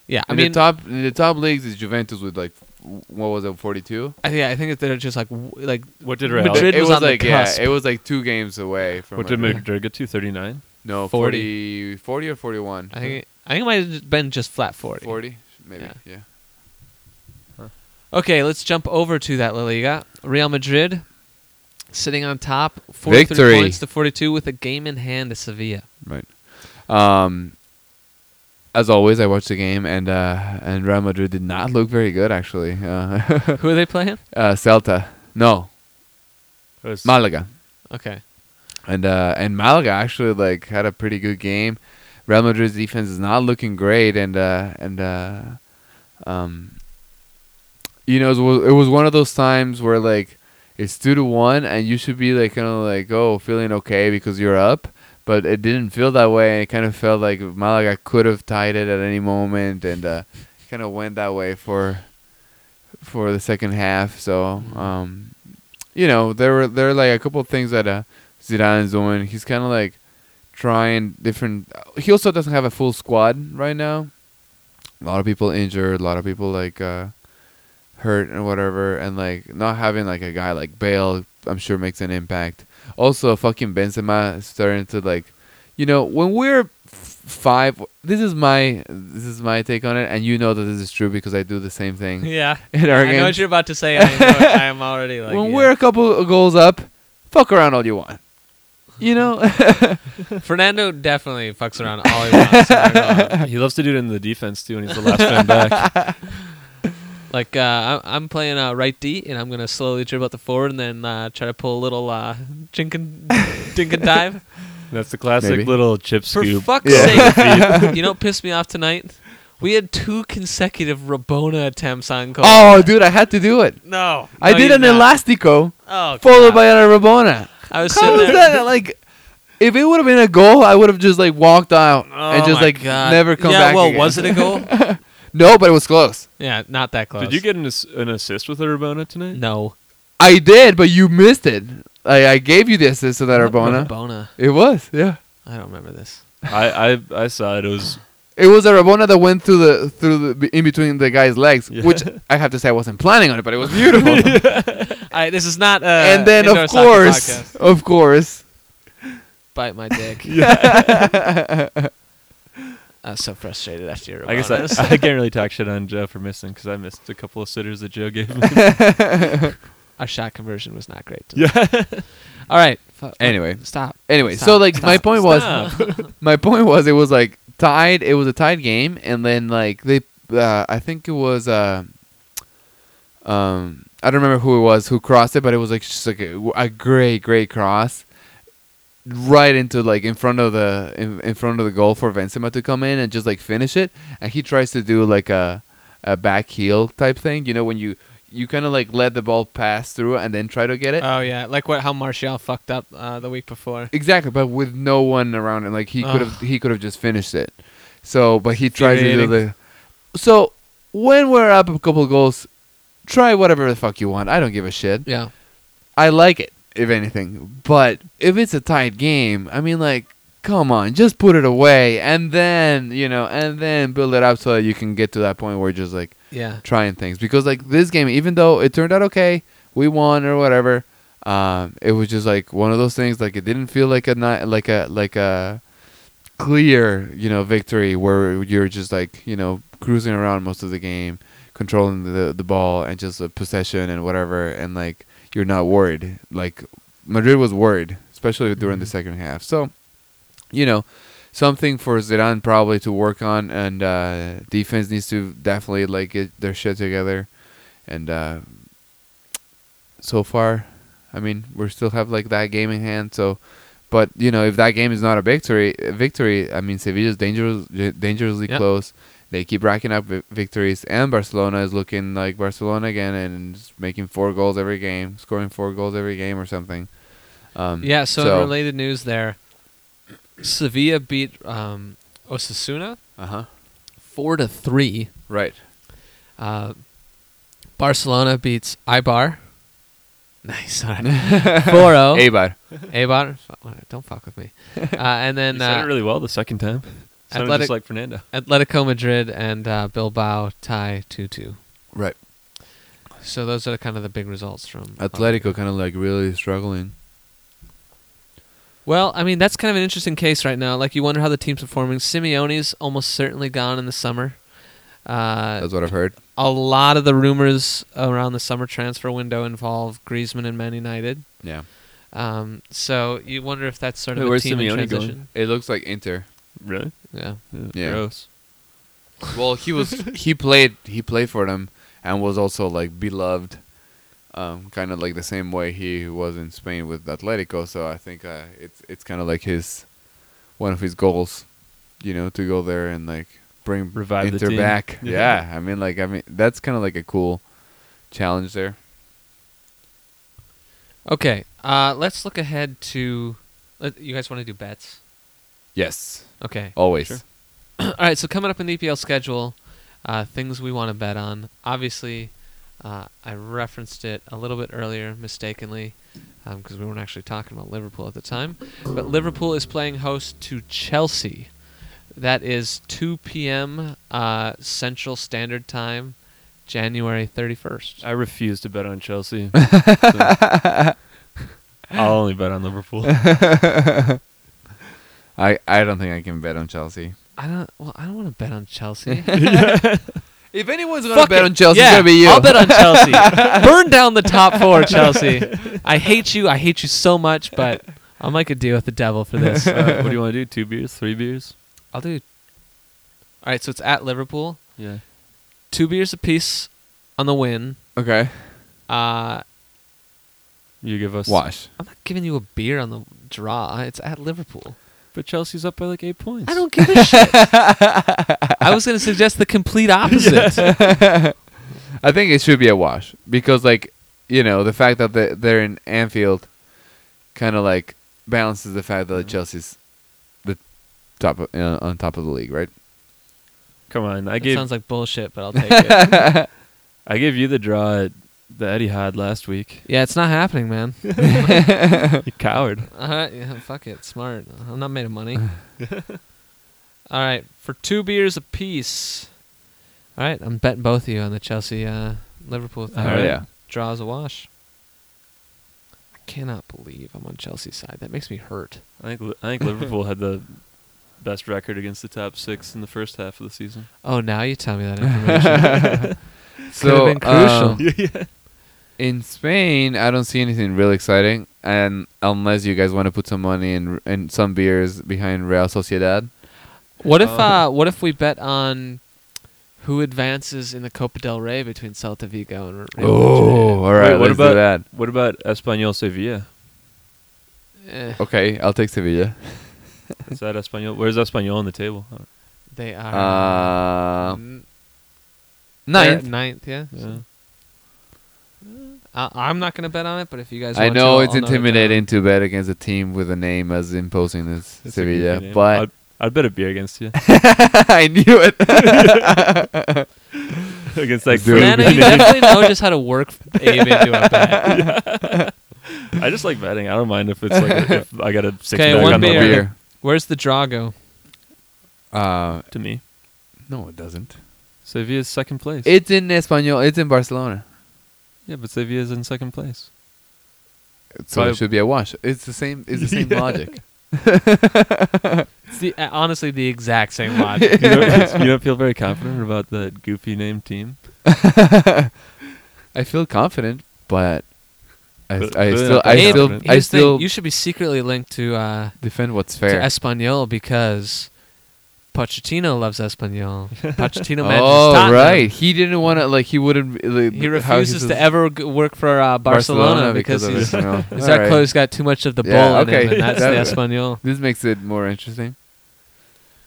S1: yeah, I
S2: in
S1: mean,
S2: the top in the top leagues is Juventus with like w- what was it, 42?
S1: I, yeah, I think that they're just like w- like
S3: What did Real?
S1: Madrid-
S2: it
S1: was
S2: was,
S1: on the
S2: like yeah,
S1: cusp.
S2: it was like two games away from
S3: What did
S2: Madrid.
S3: Madrid get to? Thirty nine.
S2: No,
S1: 40.
S2: 40, 40 or 41.
S1: I think I think it might have been just flat 40.
S2: 40 maybe.
S1: Yeah.
S2: Yeah.
S1: Okay, let's jump over to that La Liga. Real Madrid sitting on top, 43
S2: Victory.
S1: points to 42 with a game in hand to Sevilla.
S2: Right. Um as always, I watched the game and uh and Real Madrid did not look very good actually. Uh,
S1: Who are they playing?
S2: uh Celta. No, Malaga.
S1: Okay.
S2: And uh, and Malaga actually like had a pretty good game. Real Madrid's defense is not looking great, and uh, and uh, um, you know it was, it was one of those times where like it's two to one, and you should be like kind of like oh feeling okay because you're up, but it didn't feel that way. It kind of felt like Malaga could have tied it at any moment, and uh, kind of went that way for for the second half. So um, you know there were there were like a couple of things that uh, Zidane's doing. He's kind of like trying different. He also doesn't have a full squad right now. A lot of people injured. A lot of people like uh, hurt and whatever. And like not having like a guy like Bale, I'm sure makes an impact. Also, fucking Benzema is starting to like, you know, when we're f- five. This is my this is my take on it, and you know that this is true because I do the same thing.
S1: Yeah.
S2: In our
S1: I know what
S2: games.
S1: you're about to say. I, know, I am already like.
S2: when
S1: yeah.
S2: we're a couple of goals up, fuck around all you want. You know,
S1: Fernando definitely fucks around all he wants. no matter what.
S3: he loves to do it in the defense too, and he's the last man back.
S1: like uh, I- I'm playing uh, right D, and I'm gonna slowly dribble out the forward, and then uh, try to pull a little uh, jink and dink and dive.
S3: That's the classic
S2: Maybe.
S3: little chip
S1: For
S3: scoop.
S1: fuck's
S3: Yeah.
S1: sake! you know, what pissed me off tonight. We had two consecutive Rabona attempts on goal.
S2: oh, dude, I had to do it.
S1: no!
S2: I
S1: No,
S2: did
S1: you
S2: an
S1: not.
S2: elastico
S1: Oh,
S2: followed
S1: God.
S2: by an Rabona.
S1: I was
S2: How
S1: sitting
S2: is
S1: there.
S2: that like? If it would have been a goal, I would have just like walked out
S1: Oh
S2: and just
S1: my
S2: like
S1: God.
S2: never come
S1: yeah,
S2: back.
S1: well,
S2: again.
S1: was it a goal?
S2: No, but it was close.
S1: yeah, not that close.
S3: Did you get an, ass- an assist with a Rabona tonight?
S1: no?
S2: I did, but you missed it. I, I gave you the assist to that Rabona.
S1: Rabona.
S2: It was, yeah.
S1: I don't remember this.
S3: I, I I saw it. It was
S2: It was a Rabona that went through the through the in between the guy's legs,
S3: Yeah.
S2: which I have to say I wasn't planning on it, but it was beautiful.
S1: I, this is not. Uh,
S2: and then
S1: indoor
S2: of
S1: soccer
S2: course,
S1: podcast.
S2: of course,
S1: bite my dick. I was so frustrated after your.
S3: I guess I,
S1: Ramones.
S3: I can't really talk shit on Joe for missing because I missed a couple of sitters that Joe gave me.
S1: our shot conversion was not great.
S3: yeah,
S1: All right. Fu-
S2: Anyway.
S1: stop.
S2: Anyway, so
S1: Stop,
S2: like my
S1: stop,
S2: point
S1: stop.
S2: was, my point was it was like tied. It was a tied game, and then like they, uh, I think it was, uh, um, I don't remember who it was who crossed it, but it was like just like a, a great, great cross, right into like in front of the in, in front of the goal for Benzema to come in and just like finish it, and he tries to do like a a back heel type thing. You know when you you kind of like let the ball pass through and then try to get it.
S1: Oh yeah, like what? How Martial fucked up uh, the week before.
S2: Exactly, but with no one around and like he could have
S1: Ugh.
S2: he could have just finished it. So, but he tried to do
S1: Infuriating.
S2: the. So when we're up a couple goals, try whatever the fuck you want. I don't give a shit.
S1: Yeah.
S2: I like it if anything, but if it's a tight game, I mean, like, come on, just put it away and then you know, and then build it up so that you can get to that point where you're just like
S1: Yeah.
S2: trying things because like this game even though it turned out okay we won or whatever um it was just like one of those things like it didn't feel like a ni- like a like a clear you know victory where you're just like you know cruising around most of the game controlling the the ball and just a possession and whatever and like you're not worried like madrid was worried especially during the
S1: Mhm.
S2: second half so you know something for Zidane probably to work on, and uh, defense needs to definitely like get their shit together. And uh, so far, I mean, we still have like that game in hand. So, but you know, if that game is not a victory, a victory, I mean, Sevilla's dangerous, dangerously
S1: Yep.
S2: close. They keep racking up vi- victories, and Barcelona is looking like Barcelona again, and is making four goals every game, scoring four goals every game or something. Um,
S1: Yeah. So, in related news, there, Sevilla beat um, Osasuna
S2: uh huh,
S1: four to three.
S2: right.
S1: Uh, Barcelona beats Ibar. Nice. All right. 4-0.
S2: Eibar.
S1: oh. Eibar. Fuck, Don't fuck with me. Uh, and
S3: and,
S1: then
S3: said
S1: uh,
S3: it really well the second time. Sounded
S1: Athletic-
S3: just like Fernando.
S1: Atletico Madrid and uh, Bilbao tie 2-2.
S2: Right.
S1: So those are kind of the big results from
S2: Atletico kind of like really struggling.
S1: Well, I mean that's kind of an interesting case right now. Like you wonder how the team's performing. Simeone's almost certainly gone in the summer. Uh,
S2: That's what I've heard.
S1: a lot of the rumors around the summer transfer window involve Griezmann and Man United.
S2: Yeah.
S1: Um, so you wonder if that's sort of
S3: Wait,
S1: a
S3: where's
S1: team in
S3: Simeone going?
S1: transition.
S2: It looks like Inter.
S3: Really? Uh,
S1: Yeah.
S2: Yeah.
S3: Gross.
S2: Well, he was he played he played for them and was also like beloved, um, kind of like the same way he was in Spain with Atletico. So I think uh, it's it's kind of like his one of his goals, you know, to go there and like bring
S3: Revive the
S2: Inter
S3: team.
S2: back.
S3: Yeah.
S2: Yeah. I mean, like I mean that's kind of like a cool challenge there.
S1: Okay. Uh, let's look ahead to. Let, you guys want to do bets?
S2: Yes,
S1: Okay.
S2: always.
S3: Sure.
S1: All right. So coming up in the EPL schedule, uh, things we want to bet on. Obviously, uh, I referenced it a little bit earlier mistakenly. because we weren't actually talking about Liverpool at the time. But Liverpool is playing host to Chelsea. That is 2 p.m. Uh, Central Standard Time, January 31st.
S3: I refuse to bet on Chelsea. So I'll only bet on Liverpool.
S2: I I don't think I can bet on Chelsea.
S1: I don't. Well, I don't want to bet on Chelsea.
S2: If anyone's gonna
S1: Fuck
S2: bet
S1: it.
S2: on Chelsea,
S1: yeah,
S2: it's gonna be you.
S1: I'll bet on Chelsea. Burn down the top four, Chelsea. I hate you. I hate you so much, but I'll make a deal with the devil for this.
S3: Uh, what do you want to do? Two beers, three beers?
S1: I'll do. All right, so it's at Liverpool.
S3: Yeah.
S1: Two beers apiece on the win.
S2: okay.
S1: Uh,
S3: You give us
S2: Wash.
S1: I'm not giving you a beer on the draw. It's at Liverpool.
S3: But Chelsea's up by like eight points.
S1: I don't give a shit. I was going to suggest the complete opposite.
S2: I think it should be a wash because, like, you know, the fact that they- they're in Anfield kind of like balances the fact that Chelsea's the top of, uh, on top of the league, right?
S3: Come on,
S1: That
S3: I gave
S1: sounds like bullshit, but I'll take it.
S3: I gave you the draw at the Etihad last week.
S1: yeah, it's not happening, man.
S3: You coward.
S1: All right, Uh-huh, yeah, fuck it, smart. I'm not made of money. All right, for two beers apiece. All right, I'm betting both of you on the Chelsea uh, Liverpool thing.
S3: All
S2: Oh
S3: right.
S2: yeah.
S1: Draws a wash. I cannot believe I'm on Chelsea's side. That makes me hurt.
S3: I think Li- I think Liverpool had the best record against the top six in the first half of the season.
S1: Oh, now you tell me that information.
S2: So
S1: been crucial.
S2: um, in Spain, I don't see anything really exciting, and unless you guys want to put some money in and some beers behind Real Sociedad,
S1: what if uh,
S3: Oh.
S1: what if we bet on who advances in the Copa del Rey between Celta Vigo and Real
S2: Oh, all right.
S3: Wait, what
S2: let's do
S3: about-
S2: that.
S3: What about Espanyol Sevilla?
S1: Madrid? Eh,
S2: Okay, I'll take Sevilla.
S3: Is that Espanyol? Where's Espanyol on the table? Uh, I don't-
S1: they
S3: Uh-huh.
S1: are
S2: Uh,
S1: n- they're
S2: ninth.
S1: Ninth, yeah.
S3: Yeah.
S1: I, I'm not gonna bet on it, but if you guys,
S2: I
S1: want
S2: know
S1: to,
S2: it's
S1: I'll note it down.
S2: intimidating to bet against a team with a name as imposing as
S3: That's a goofy
S2: Sevilla,
S3: name.
S2: but
S3: I'd, I'd bet a beer against you.
S2: I knew it.
S3: against like
S2: Dude.
S1: Nana, you definitely know just how to work Abe into a bet.
S3: I just like betting. I don't mind if it's like a, if I got a six
S1: Okay,
S3: pack
S1: one
S3: on the
S1: beer.
S3: way
S1: Where's the draw go?
S2: Uh,
S3: to me.
S2: no, it doesn't.
S3: Sevilla's second place.
S2: It's in Espanol. It's in Barcelona,
S3: yeah, but Sevilla's in second place.
S2: so
S3: Probably-
S2: it should be a wash. It's the same. It's the same
S3: Yeah.
S2: logic.
S1: It's the, uh, honestly the exact same logic.
S3: You don't, you don't feel very confident about that goofy named team.
S2: I feel confident, but I,
S3: But-
S2: I
S3: but
S2: still,
S3: not
S2: I
S1: that
S2: still,
S3: confident.
S2: I
S1: Here's the thing,
S2: still
S1: you should be secretly linked to uh,
S2: defend what's
S1: to
S2: fair.
S1: Espanol because Pochettino loves Espanol. Pochettino manages
S2: Oh
S1: Tottenham.
S2: right, he didn't want to like he wouldn't. Like,
S1: He
S2: how he's
S1: refuses
S2: just-
S1: to ever g- work for uh, Barcelona, because,
S2: of
S1: he's,
S2: his, you know.
S1: his
S2: All
S1: that
S2: right.
S1: clothes got too much of the
S2: Yeah,
S1: bull in
S2: okay.
S1: him, and that's
S2: That-
S1: the Espanol.
S2: This makes it more interesting.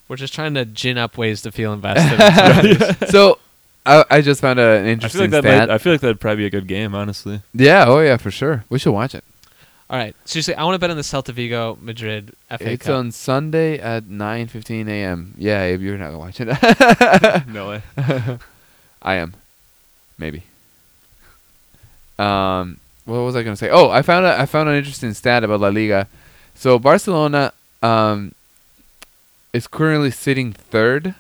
S1: We're just trying to gin up ways to feel invested.
S2: so, I, I just found a, an
S3: I feel
S2: interesting
S3: like that.
S2: stat.
S3: Might, I feel like that'd probably be a good game, honestly.
S2: yeah, oh yeah, for sure. We should watch it.
S1: All right, seriously, I want to bet on the Celta Vigo Madrid FA
S2: it's
S3: uh,
S1: Cup.
S2: on Sunday at nine fifteen a.m. Yeah, Abe, you're not gonna watch it.
S3: no way.
S2: I am, maybe. Um, what was I gonna say? Oh, I found a, I found an interesting stat about La Liga. So Barcelona um, is currently sitting third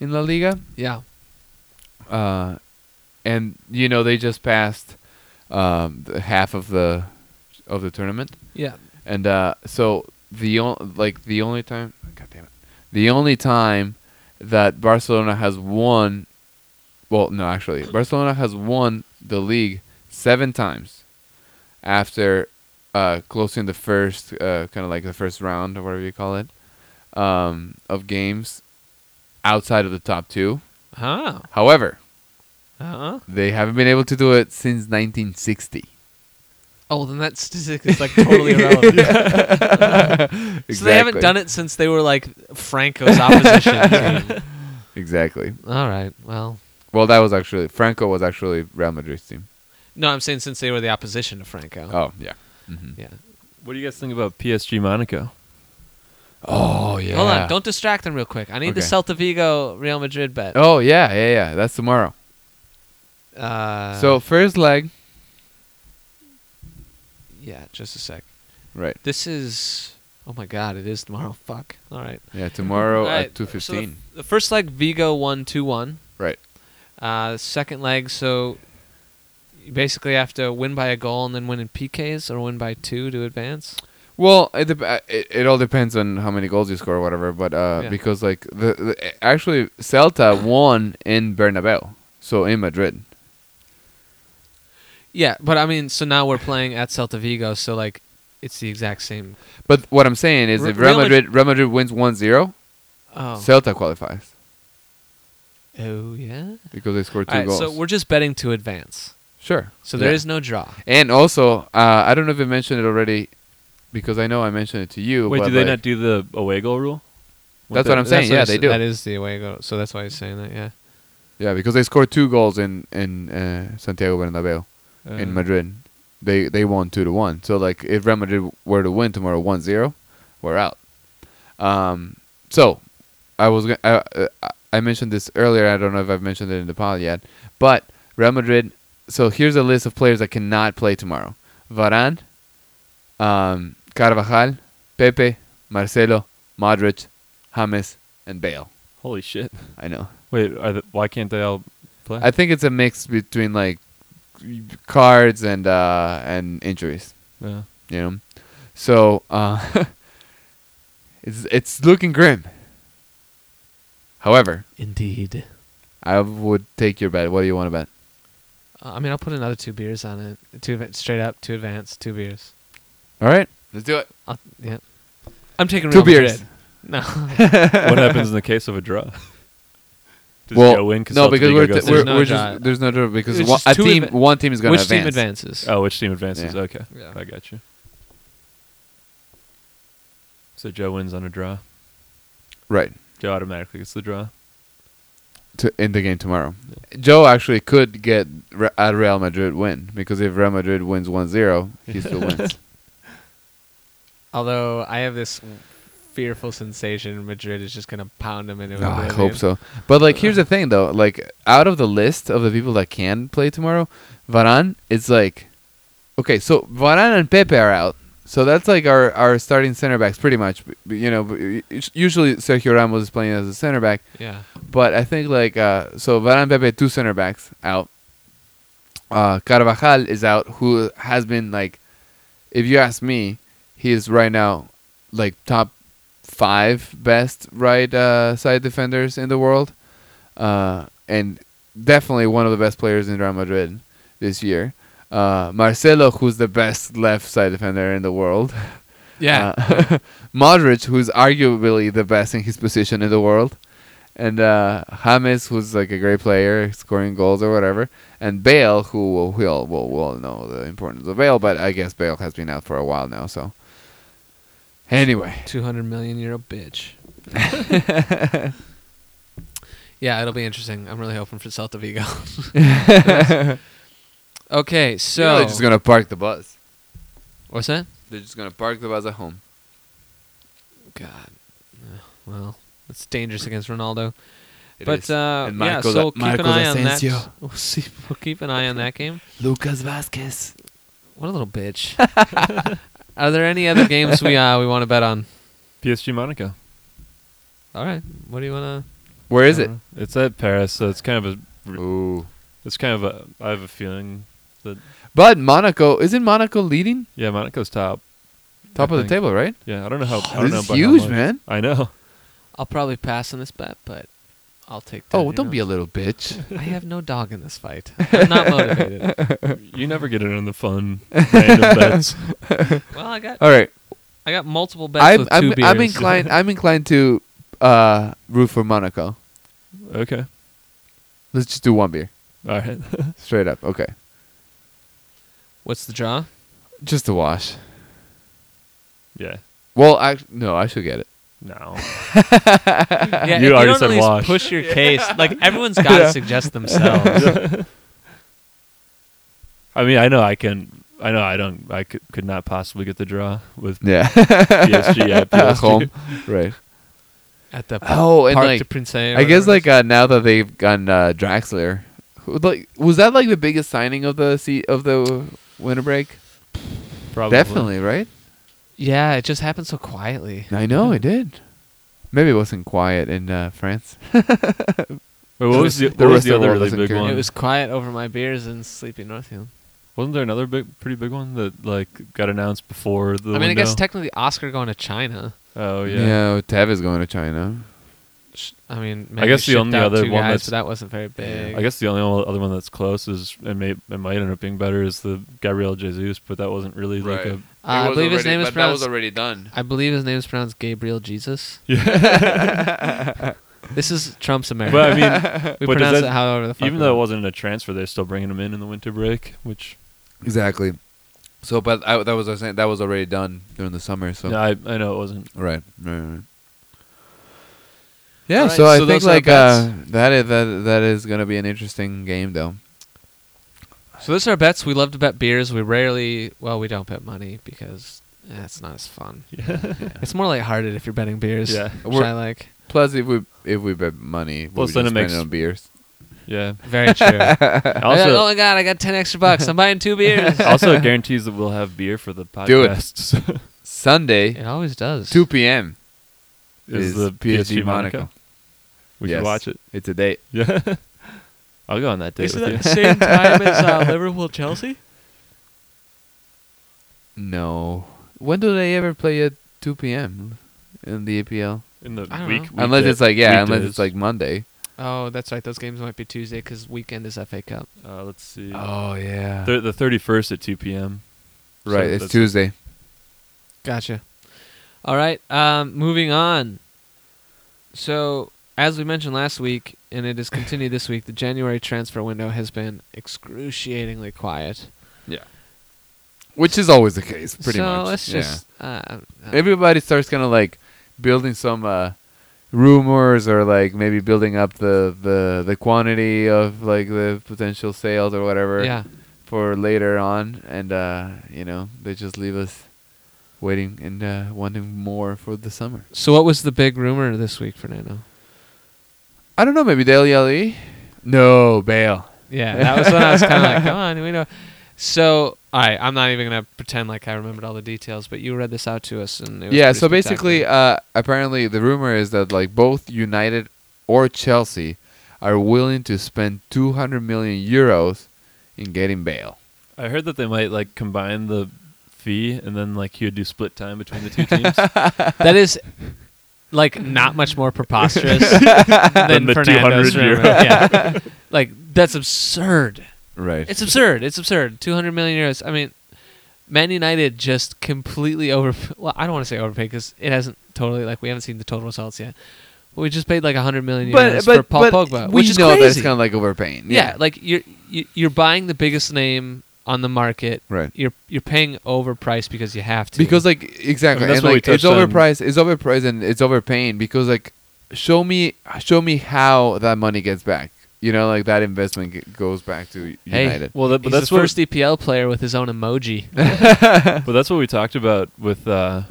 S2: in La Liga.
S1: yeah,
S2: uh, and you know they just passed um, the half of the of the tournament,
S1: yeah.
S2: and uh, so the on- like the only time, God damn it, the only time that Barcelona has won, well, no, actually, Barcelona has won the league seven times after uh, closing the first uh, kind of like the first round or whatever you call it um, of games outside of the top two.
S1: Huh.
S2: However,
S1: Uh-huh.
S2: they haven't been able to do it since 1960.
S1: Oh, then that statistic is like totally irrelevant. So they haven't done it since they were like Franco's opposition. team.
S2: Exactly.
S1: All right. Well,
S2: Well, that was actually Franco was actually Real Madrid's team.
S1: no, I'm saying since they were the opposition to Franco.
S2: Oh yeah. hmm
S1: Yeah.
S3: What do you guys think about PSG Monaco?
S2: Oh yeah.
S1: Hold on. Don't distract them real quick. I need the
S2: Okay.
S1: Celta Vigo Real Madrid bet.
S2: Oh yeah, yeah, yeah. That's tomorrow.
S1: Uh,
S2: so first leg.
S1: Yeah, just a sec.
S2: Right.
S1: This is. Oh my God! It is tomorrow. Fuck. All right.
S2: Yeah, tomorrow
S1: All right,
S2: at two
S1: so the f-
S2: fifteen.
S1: the, first leg Vigo one two one.
S2: right.
S1: Uh, the second leg, so you basically have to win by a goal and then win in PKs or win by two to advance.
S2: Well, it, dep- uh, it it all depends on how many goals you score or whatever. But uh,
S1: Yeah.
S2: because like the, the actually Celta won in Bernabeu, so in Madrid.
S1: Yeah, but I mean, so now we're playing at Celta Vigo, so like it's the exact same.
S2: But what I'm saying is,
S1: Re-
S2: if Real
S1: Real Mad-
S2: Madrid Real Madrid wins 1-0,
S1: Oh,
S2: Celta qualifies
S1: oh yeah.
S2: because they scored two
S1: All right,
S2: goals.
S1: so we're just betting to advance.
S2: sure.
S1: So there
S2: Yeah.
S1: is no draw.
S2: And also, uh, I don't know if I mentioned it already, because I know I mentioned it to you.
S3: Wait,
S2: but
S3: do they
S2: like-
S3: not do the away goal rule?
S2: That's what I'm saying. Yeah, they do.
S1: That is the away goal. So that's why he's saying that. Yeah.
S2: Yeah, because they scored two goals in in uh, Santiago Bernabeu
S3: Uh,
S2: in Madrid. They they won two to one. So like, if Real Madrid were to win tomorrow 1-0, we're out. Um, so I was gonna, I, I- I mentioned this earlier. I don't know if I've mentioned it in the pod yet, but Real Madrid. So here's a list of players that cannot play tomorrow: Varane, um, Carvajal, Pepe, Marcelo, Modric, James, and Bale.
S3: Holy shit!
S2: I know.
S3: Wait, are the, why can't they all play?
S2: I think it's a mix between like cards and uh and injuries,
S3: yeah.
S2: you know. So uh it's it's looking grim. However,
S1: Indeed.
S2: I would take your bet. What do you want to bet?
S1: Uh, I mean, I'll put another two beers on it. Two adva- straight up, two advance, two beers.
S2: All right, let's do it.
S1: I'll, yeah. I'm taking
S2: Two
S1: Real Madrid.
S2: beers.
S1: No.
S3: what happens in the case of a draw? Does
S2: well,
S3: Joe win? 'Cause
S2: no,
S3: Celta
S2: because
S3: Vigo
S2: we're,
S1: There's
S2: t-
S3: goes through?
S2: we're,
S1: no
S2: we're
S1: draw.
S2: just there's no draw because
S1: It's
S2: one,
S1: just
S2: a
S1: two
S2: team
S1: adva-
S2: one team is gonna
S1: Which
S2: advance.
S1: team advances?
S3: oh, which team advances?
S2: Yeah.
S3: Okay,
S1: Yeah.
S3: I got you. So Joe wins on a draw.
S2: Right
S3: Joe automatically gets the draw.
S2: to end the game tomorrow. Joe actually could get Re- a Real Madrid win because if Real Madrid wins 1-0, he still wins.
S1: Although I have this fearful sensation Madrid is just gonna pound them into.
S2: Oh, I hope so. But like, here's the thing, though. Like, out of the list of the people that can play tomorrow, Varane is like, okay, so Varane and Pepe are out. So that's like our, our starting center backs, pretty much. B- You know, b- us- usually Sergio Ramos is playing as a center back,
S1: Yeah.
S2: but I think like uh, so Varane and Pepe two center backs out. Uh, Carvajal is out, who has been like, if you ask me, he is right now like top five best right uh, side defenders in the world, uh, and definitely one of the best players in Real Madrid this year. Uh, Marcelo, who's the best left side defender in the world.
S1: Yeah.
S2: Uh, Modric, who's arguably the best in his position in the world, and uh, James, who's like a great player, scoring goals or whatever, and Bale, who will we all will will know the importance of Bale, but I guess Bale has been out for a while now, so. Anyway,
S1: Two hundred million euro bitch. yeah, it'll be interesting. I'm really hoping for Celta Vigo. okay,
S2: so
S1: so
S2: they're just gonna park the bus.
S1: what's that?
S2: They're just gonna park the bus at home.
S1: God. Uh, Well, it's dangerous against Ronaldo.
S2: It
S1: but
S2: is.
S1: uh,
S2: And
S1: yeah,
S2: Marcos-
S1: so we'll keep an
S2: Marcos
S1: eye on that.
S2: Asensio.
S1: We'll, see, we'll keep an eye on that game.
S2: Lucas Vasquez.
S1: What a little bitch. Are there any other games we uh, we want to bet on?
S3: PSG Monaco.
S1: All right. What do you want
S2: Where is it?
S3: Uh, It's at Paris, so it's kind of a.
S2: Ooh.
S3: It's kind of a. I have a feeling that
S2: But Monaco isn't Monaco leading
S3: yeah, Monaco's top.
S2: top
S3: I
S2: of the
S3: think.
S2: table, right?
S3: Yeah, I don't know how. I don't
S2: this
S3: know
S2: is
S3: by how
S2: huge,
S3: much.
S2: man.
S3: I know.
S1: to? I'll probably pass on this bet, but I'll take. 10,
S2: Oh,
S1: you
S2: don't
S1: know?
S2: be a little bitch.
S1: I have no dog in this fight. I'm not motivated.
S3: You never get it on the fun random bets.
S1: Well, I got
S2: All right,
S1: I got multiple bets
S2: I'm
S1: with 2
S2: I'm,
S1: beers.
S2: I'm inclined I'm inclined to uh, root for Monaco.
S3: Okay.
S2: Let's just do one beer
S3: All right.
S2: straight up. Okay,
S1: What's the draw?
S2: just a wash.
S3: yeah.
S2: Well, I no, I should get it.
S3: No.
S1: Yeah,
S3: You
S1: if
S3: already
S1: don't
S3: said
S1: at least
S3: wash.
S1: Push your case. Like everyone's got to suggest themselves.
S3: I mean, I know I can. I know I don't. I could, could not possibly get the draw with
S2: Yeah,
S3: PSG at
S2: at
S3: PSG.
S2: home, right?
S1: At the
S2: Oh, and
S1: Parc
S2: like
S1: de Prince. or
S2: I guess
S1: whatever
S2: like
S1: it
S2: uh, now that they've gotten uh, Draxler, who, like was that like the biggest signing of the seat of the winter break?
S1: is.
S3: Probably.
S2: Definitely, right?
S1: Yeah, it just happened so quietly.
S2: I know it did. Maybe it wasn't quiet in uh, France.
S3: Wait, what was the,
S2: The rest of
S3: what was the
S2: the
S3: other
S2: world
S3: really
S2: doesn't
S3: big
S2: care.
S3: one?
S1: It was quiet over my beers in sleepy Northfield.
S3: Wasn't there another big, pretty big one that like got announced before the?
S1: I mean, I guess
S3: window?
S1: technically Oscar going to China.
S3: Oh yeah.
S2: yeah, Tevez going to China.
S1: Sh- I mean, maybe
S3: guess the
S1: shipped
S3: only
S1: out
S3: other
S1: two
S3: one
S1: guys,
S3: that's-
S1: but that wasn't very big.
S3: I guess the only one- other one that's close is and may it might end up being better is the Gabriel Jesus, but that wasn't really like
S2: Right.
S3: a
S1: Uh, I believe his name is pronounced.
S2: already done.
S1: I believe his name is pronounced Gabriel Jesus. This is Trump's America.
S3: But I mean,
S1: we
S3: but does
S1: pronounce
S3: that-
S1: it however the fuck. we
S3: even though it
S1: want.
S3: wasn't a transfer, they're still bringing him in in the winter break, which
S2: Exactly. So, but I, that was I was saying that was already done during the summer. So
S3: no, I I know it wasn't.
S2: right, right, right. Yeah.
S1: Alright,
S2: so I
S1: so
S2: think
S1: those are our
S2: like uh, that is that that is gonna be an interesting game though.
S1: so those are our bets. We love to bet beers. We rarely, well, we don't bet money because eh, it's not as fun.
S3: Yeah.
S1: It's more lighthearted if you're betting beers.
S3: Yeah.
S1: which
S2: We're-
S1: I like.
S2: Plus, if we if we bet money, we'll
S3: Plus,
S2: just
S3: then it
S2: spend
S3: makes-
S2: it on beers.
S3: yeah.
S1: Very true. I got- oh
S3: Also,
S1: my god, I got ten extra bucks. I'm buying two beers.
S3: also it guarantees that we'll have beer for the podcast.
S2: Do it.
S3: so-
S2: Sunday,
S1: It always does.
S2: two p.m.
S3: is the PSG, Monaco.
S2: Yes.
S3: We should watch it.
S2: It's a date.
S3: Yeah. I'll go on that date with you.
S1: same time as uh, Liverpool Chelsea?
S2: No. When do they ever play at two p.m. in the APL?
S3: in the
S1: I don't
S3: week,
S1: know.
S2: unless
S3: weekday-
S2: it's like yeah, unless
S3: weekdays.
S2: it's like Monday.
S1: Oh, that's right. Those games might be Tuesday because weekend is FA Cup.
S3: uh, let's see.
S2: Oh yeah.
S3: Thir- the 31st at 2 p.m. So
S2: right, it's
S3: that's-
S2: Tuesday.
S1: Gotcha. All right. Um, moving on. So, as we mentioned last week, and it has continued this week, the January transfer window has been excruciatingly quiet.
S2: Which is always the case, pretty
S1: so
S2: much.
S1: let's
S2: yeah.
S1: just. Uh, uh,
S2: everybody starts kind of like building some uh, rumors or like maybe building up the, the the quantity of like the potential sales or whatever
S1: yeah.
S2: for later on, and uh, you know they just leave us waiting and uh, wanting more for the summer.
S1: So, what was the big rumor this week, Fernando?
S2: I don't know, maybe Dele Alli. No, Bale.
S1: Yeah, that was when I was kind of like, come on, we know. So, all right, I'm not even gonna pretend like I remembered all the details, but you read this out to us, and it was
S2: yeah
S1: pretty
S2: so basically
S1: spectacular.
S2: uh, apparently the rumor is that like both united or chelsea are willing to spend 200 million euros in getting bail
S3: I heard that they might like combine the fee and then like he would do split time between the two teams.
S1: that is like not much more preposterous than
S3: Than the
S1: Fernando's
S3: 200
S1: rumor.
S3: euro.
S1: Yeah, like that's absurd.
S2: right
S1: It's absurd. It's absurd. 200 million euros. I mean, Man United just completely over. Well, I don't want to say overpaid because it hasn't totally like we haven't seen the total results yet. But we just paid like 100 million euros for Paul Pogba,
S2: we
S1: which is
S2: know
S1: crazy.
S2: that it's kind of like overpaying
S1: yeah. like you're you- you're buying the biggest name on the market.
S2: Right.
S1: You're you're paying overpriced because you have to.
S2: because like exactly
S3: I mean, that's
S2: and
S3: what we
S2: like it's
S3: touched on.
S2: overpriced it's overpriced and it's overpaying because like show me show me how that money gets back you know like that investment g- goes back to
S1: Hey,
S2: united
S3: well, that,
S1: he's
S3: but that's
S1: the
S3: what
S1: first EPL player with his own emoji.
S3: but that's what we talked about with uh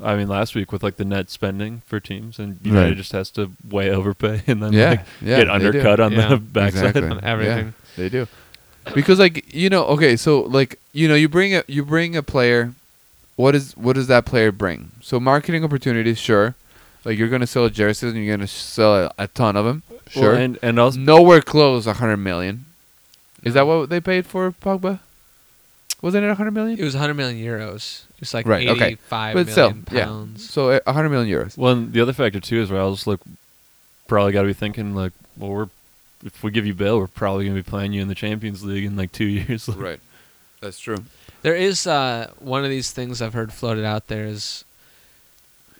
S3: I mean last week with like the net spending for teams and United
S2: Right.
S3: just has to way overpay and then
S2: Yeah,
S3: like,
S2: yeah, they
S3: get
S2: do.
S3: undercut on
S1: Yeah,
S3: the backside.
S2: Exactly.
S1: on everything.
S2: Yeah, they do. Because like you know, okay, so like you know, you bring a you bring a player. What is what does that player bring? So marketing opportunities, sure. Like you're gonna sell jerseys and you're gonna sell a, a ton of them,
S3: Well,
S2: sure.
S3: and and also
S2: Nowhere close a hundred million. Is that
S1: No.
S2: what they paid for Pogba? Wasn't it a hundred million?
S1: It was 100 million euros. It was like
S2: Right, okay.
S1: 85
S2: But
S1: million
S2: still, yeah.
S1: pounds.
S2: so uh, a hundred million euros.
S3: well and the other factor too is where I was like probably got to be thinking like well we're if we give you bail we're probably going to be playing you in the Champions League in like 2 years. Like,
S2: Right, that's true.
S1: There is uh, one of these things I've heard floated out there is,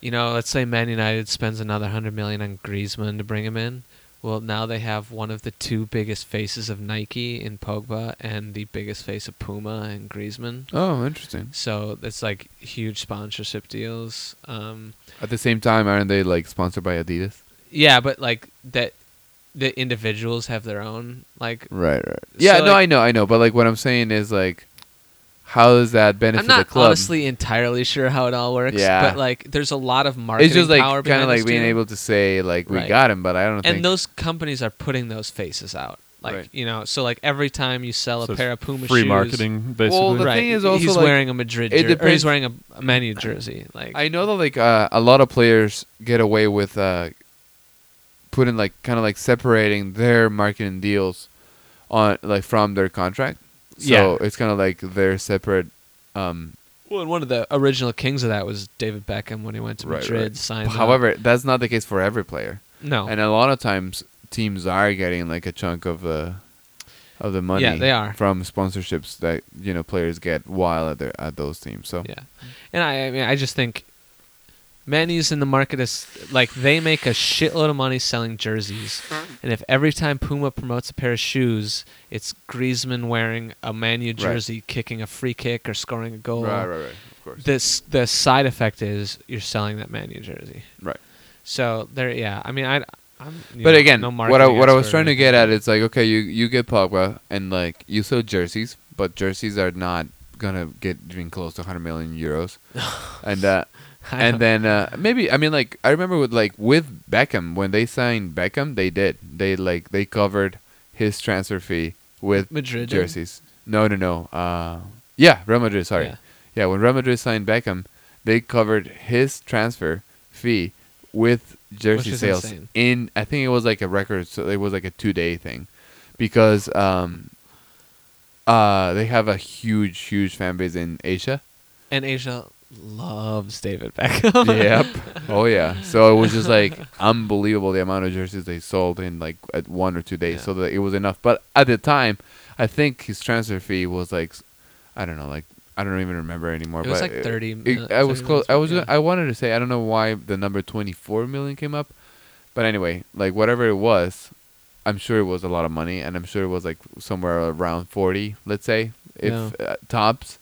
S1: you know, let's say Man United spends another 100 million on Griezmann to bring him in. Well, now they have one of the two biggest faces of Nike in Pogba and the biggest face of Puma and Griezmann.
S2: Oh, interesting.
S1: So it's like huge sponsorship deals. Um,
S2: At the same time, aren't they like sponsored by Adidas?
S1: yeah, but like that, the individuals have their own like.
S2: Right, right. Yeah,
S1: So,
S2: no,
S1: like-
S2: I know, I know. But like, what I'm saying is like, how does that benefit
S1: I'm not
S2: the club?
S1: honestly entirely sure how it all works,
S2: Yeah.
S1: but like there's a lot of marketing
S2: it's just like
S1: power
S2: kind
S1: behind
S2: of
S1: this
S2: like being
S1: deal.
S2: able to say like we
S1: Right.
S2: got him, but I don't
S1: and
S2: think.
S1: those companies are putting those faces out Like
S2: Right.
S1: you know, so like every time you sell a
S3: So it's
S1: pair of Puma
S3: free
S1: shoes,
S3: marketing basically.
S2: Well, the
S1: right?
S2: thing is also,
S1: he's
S2: like,
S1: wearing a Madrid.
S2: it
S1: Jer- or
S2: depends-
S1: he's wearing a, a Man U jersey. Like
S2: I know that like uh, a lot of players get away with uh, putting like kind of like separating their marketing deals on like from their contract. So
S1: Yeah.
S2: it's kind of like they're separate. Um,
S1: well, and one of the original kings of that was David Beckham when he went to
S2: Right,
S1: Madrid.
S2: right.
S1: Signed. up.
S2: however, that's not the case for every player,
S1: no,
S2: and a lot of times teams are getting like a chunk of the of the money.
S1: they are.
S2: from sponsorships that you know players get while at their at those teams. So
S1: Yeah, and I, I mean, I just think Man U's in the market is like they make a shitload of money selling jerseys, and if every time Puma promotes a pair of shoes, it's Griezmann wearing a Man U jersey, kicking a free kick or scoring a goal.
S2: right, right, right, of course,
S1: This the side effect is you're selling that Man U jersey.
S2: right.
S1: So there, yeah. I mean, I. I'm, you
S2: But
S1: know,
S2: again,
S1: no
S2: what I
S1: marketing
S2: what I
S1: expert
S2: was
S1: or
S2: trying to get
S1: anything.
S2: at, it's like okay, you you get Pogba and like you sell jerseys, but jerseys are not gonna get even close to 100 million euros, and uh,
S1: I
S2: and
S1: don't-
S2: then uh, maybe I mean like I remember with like with Beckham when they signed Beckham, they did they like they covered his transfer fee with
S1: Madrid did?
S2: jerseys. No, no, no. Uh, yeah, Real Madrid. Sorry,
S1: Yeah.
S2: yeah. When Real Madrid signed Beckham, they covered his transfer fee with jersey
S1: is
S2: sales
S1: insane.
S2: in I think it was like a record. So it was like a two day thing, because um, uh, they have a huge, huge fan base in Asia.
S1: and Asia loves David Beckham.
S2: yep. Oh yeah. So it was just like unbelievable the amount of jerseys they sold in like at one or two days.
S1: Yeah.
S2: So that it was enough. But at the time, I think his transfer fee was like, s- I don't know, like I don't even remember anymore.
S1: It was,
S2: but
S1: like, 30
S2: It,
S1: mil-
S2: I was
S1: 30
S2: close. I was.
S1: million, yeah.
S2: I wanted to say I don't know why the number twenty four million came up, but anyway, like whatever it was. I'm sure it was a lot of money, and I'm sure it was like somewhere around 40, let's say, if
S1: Yeah.
S2: uh, tops.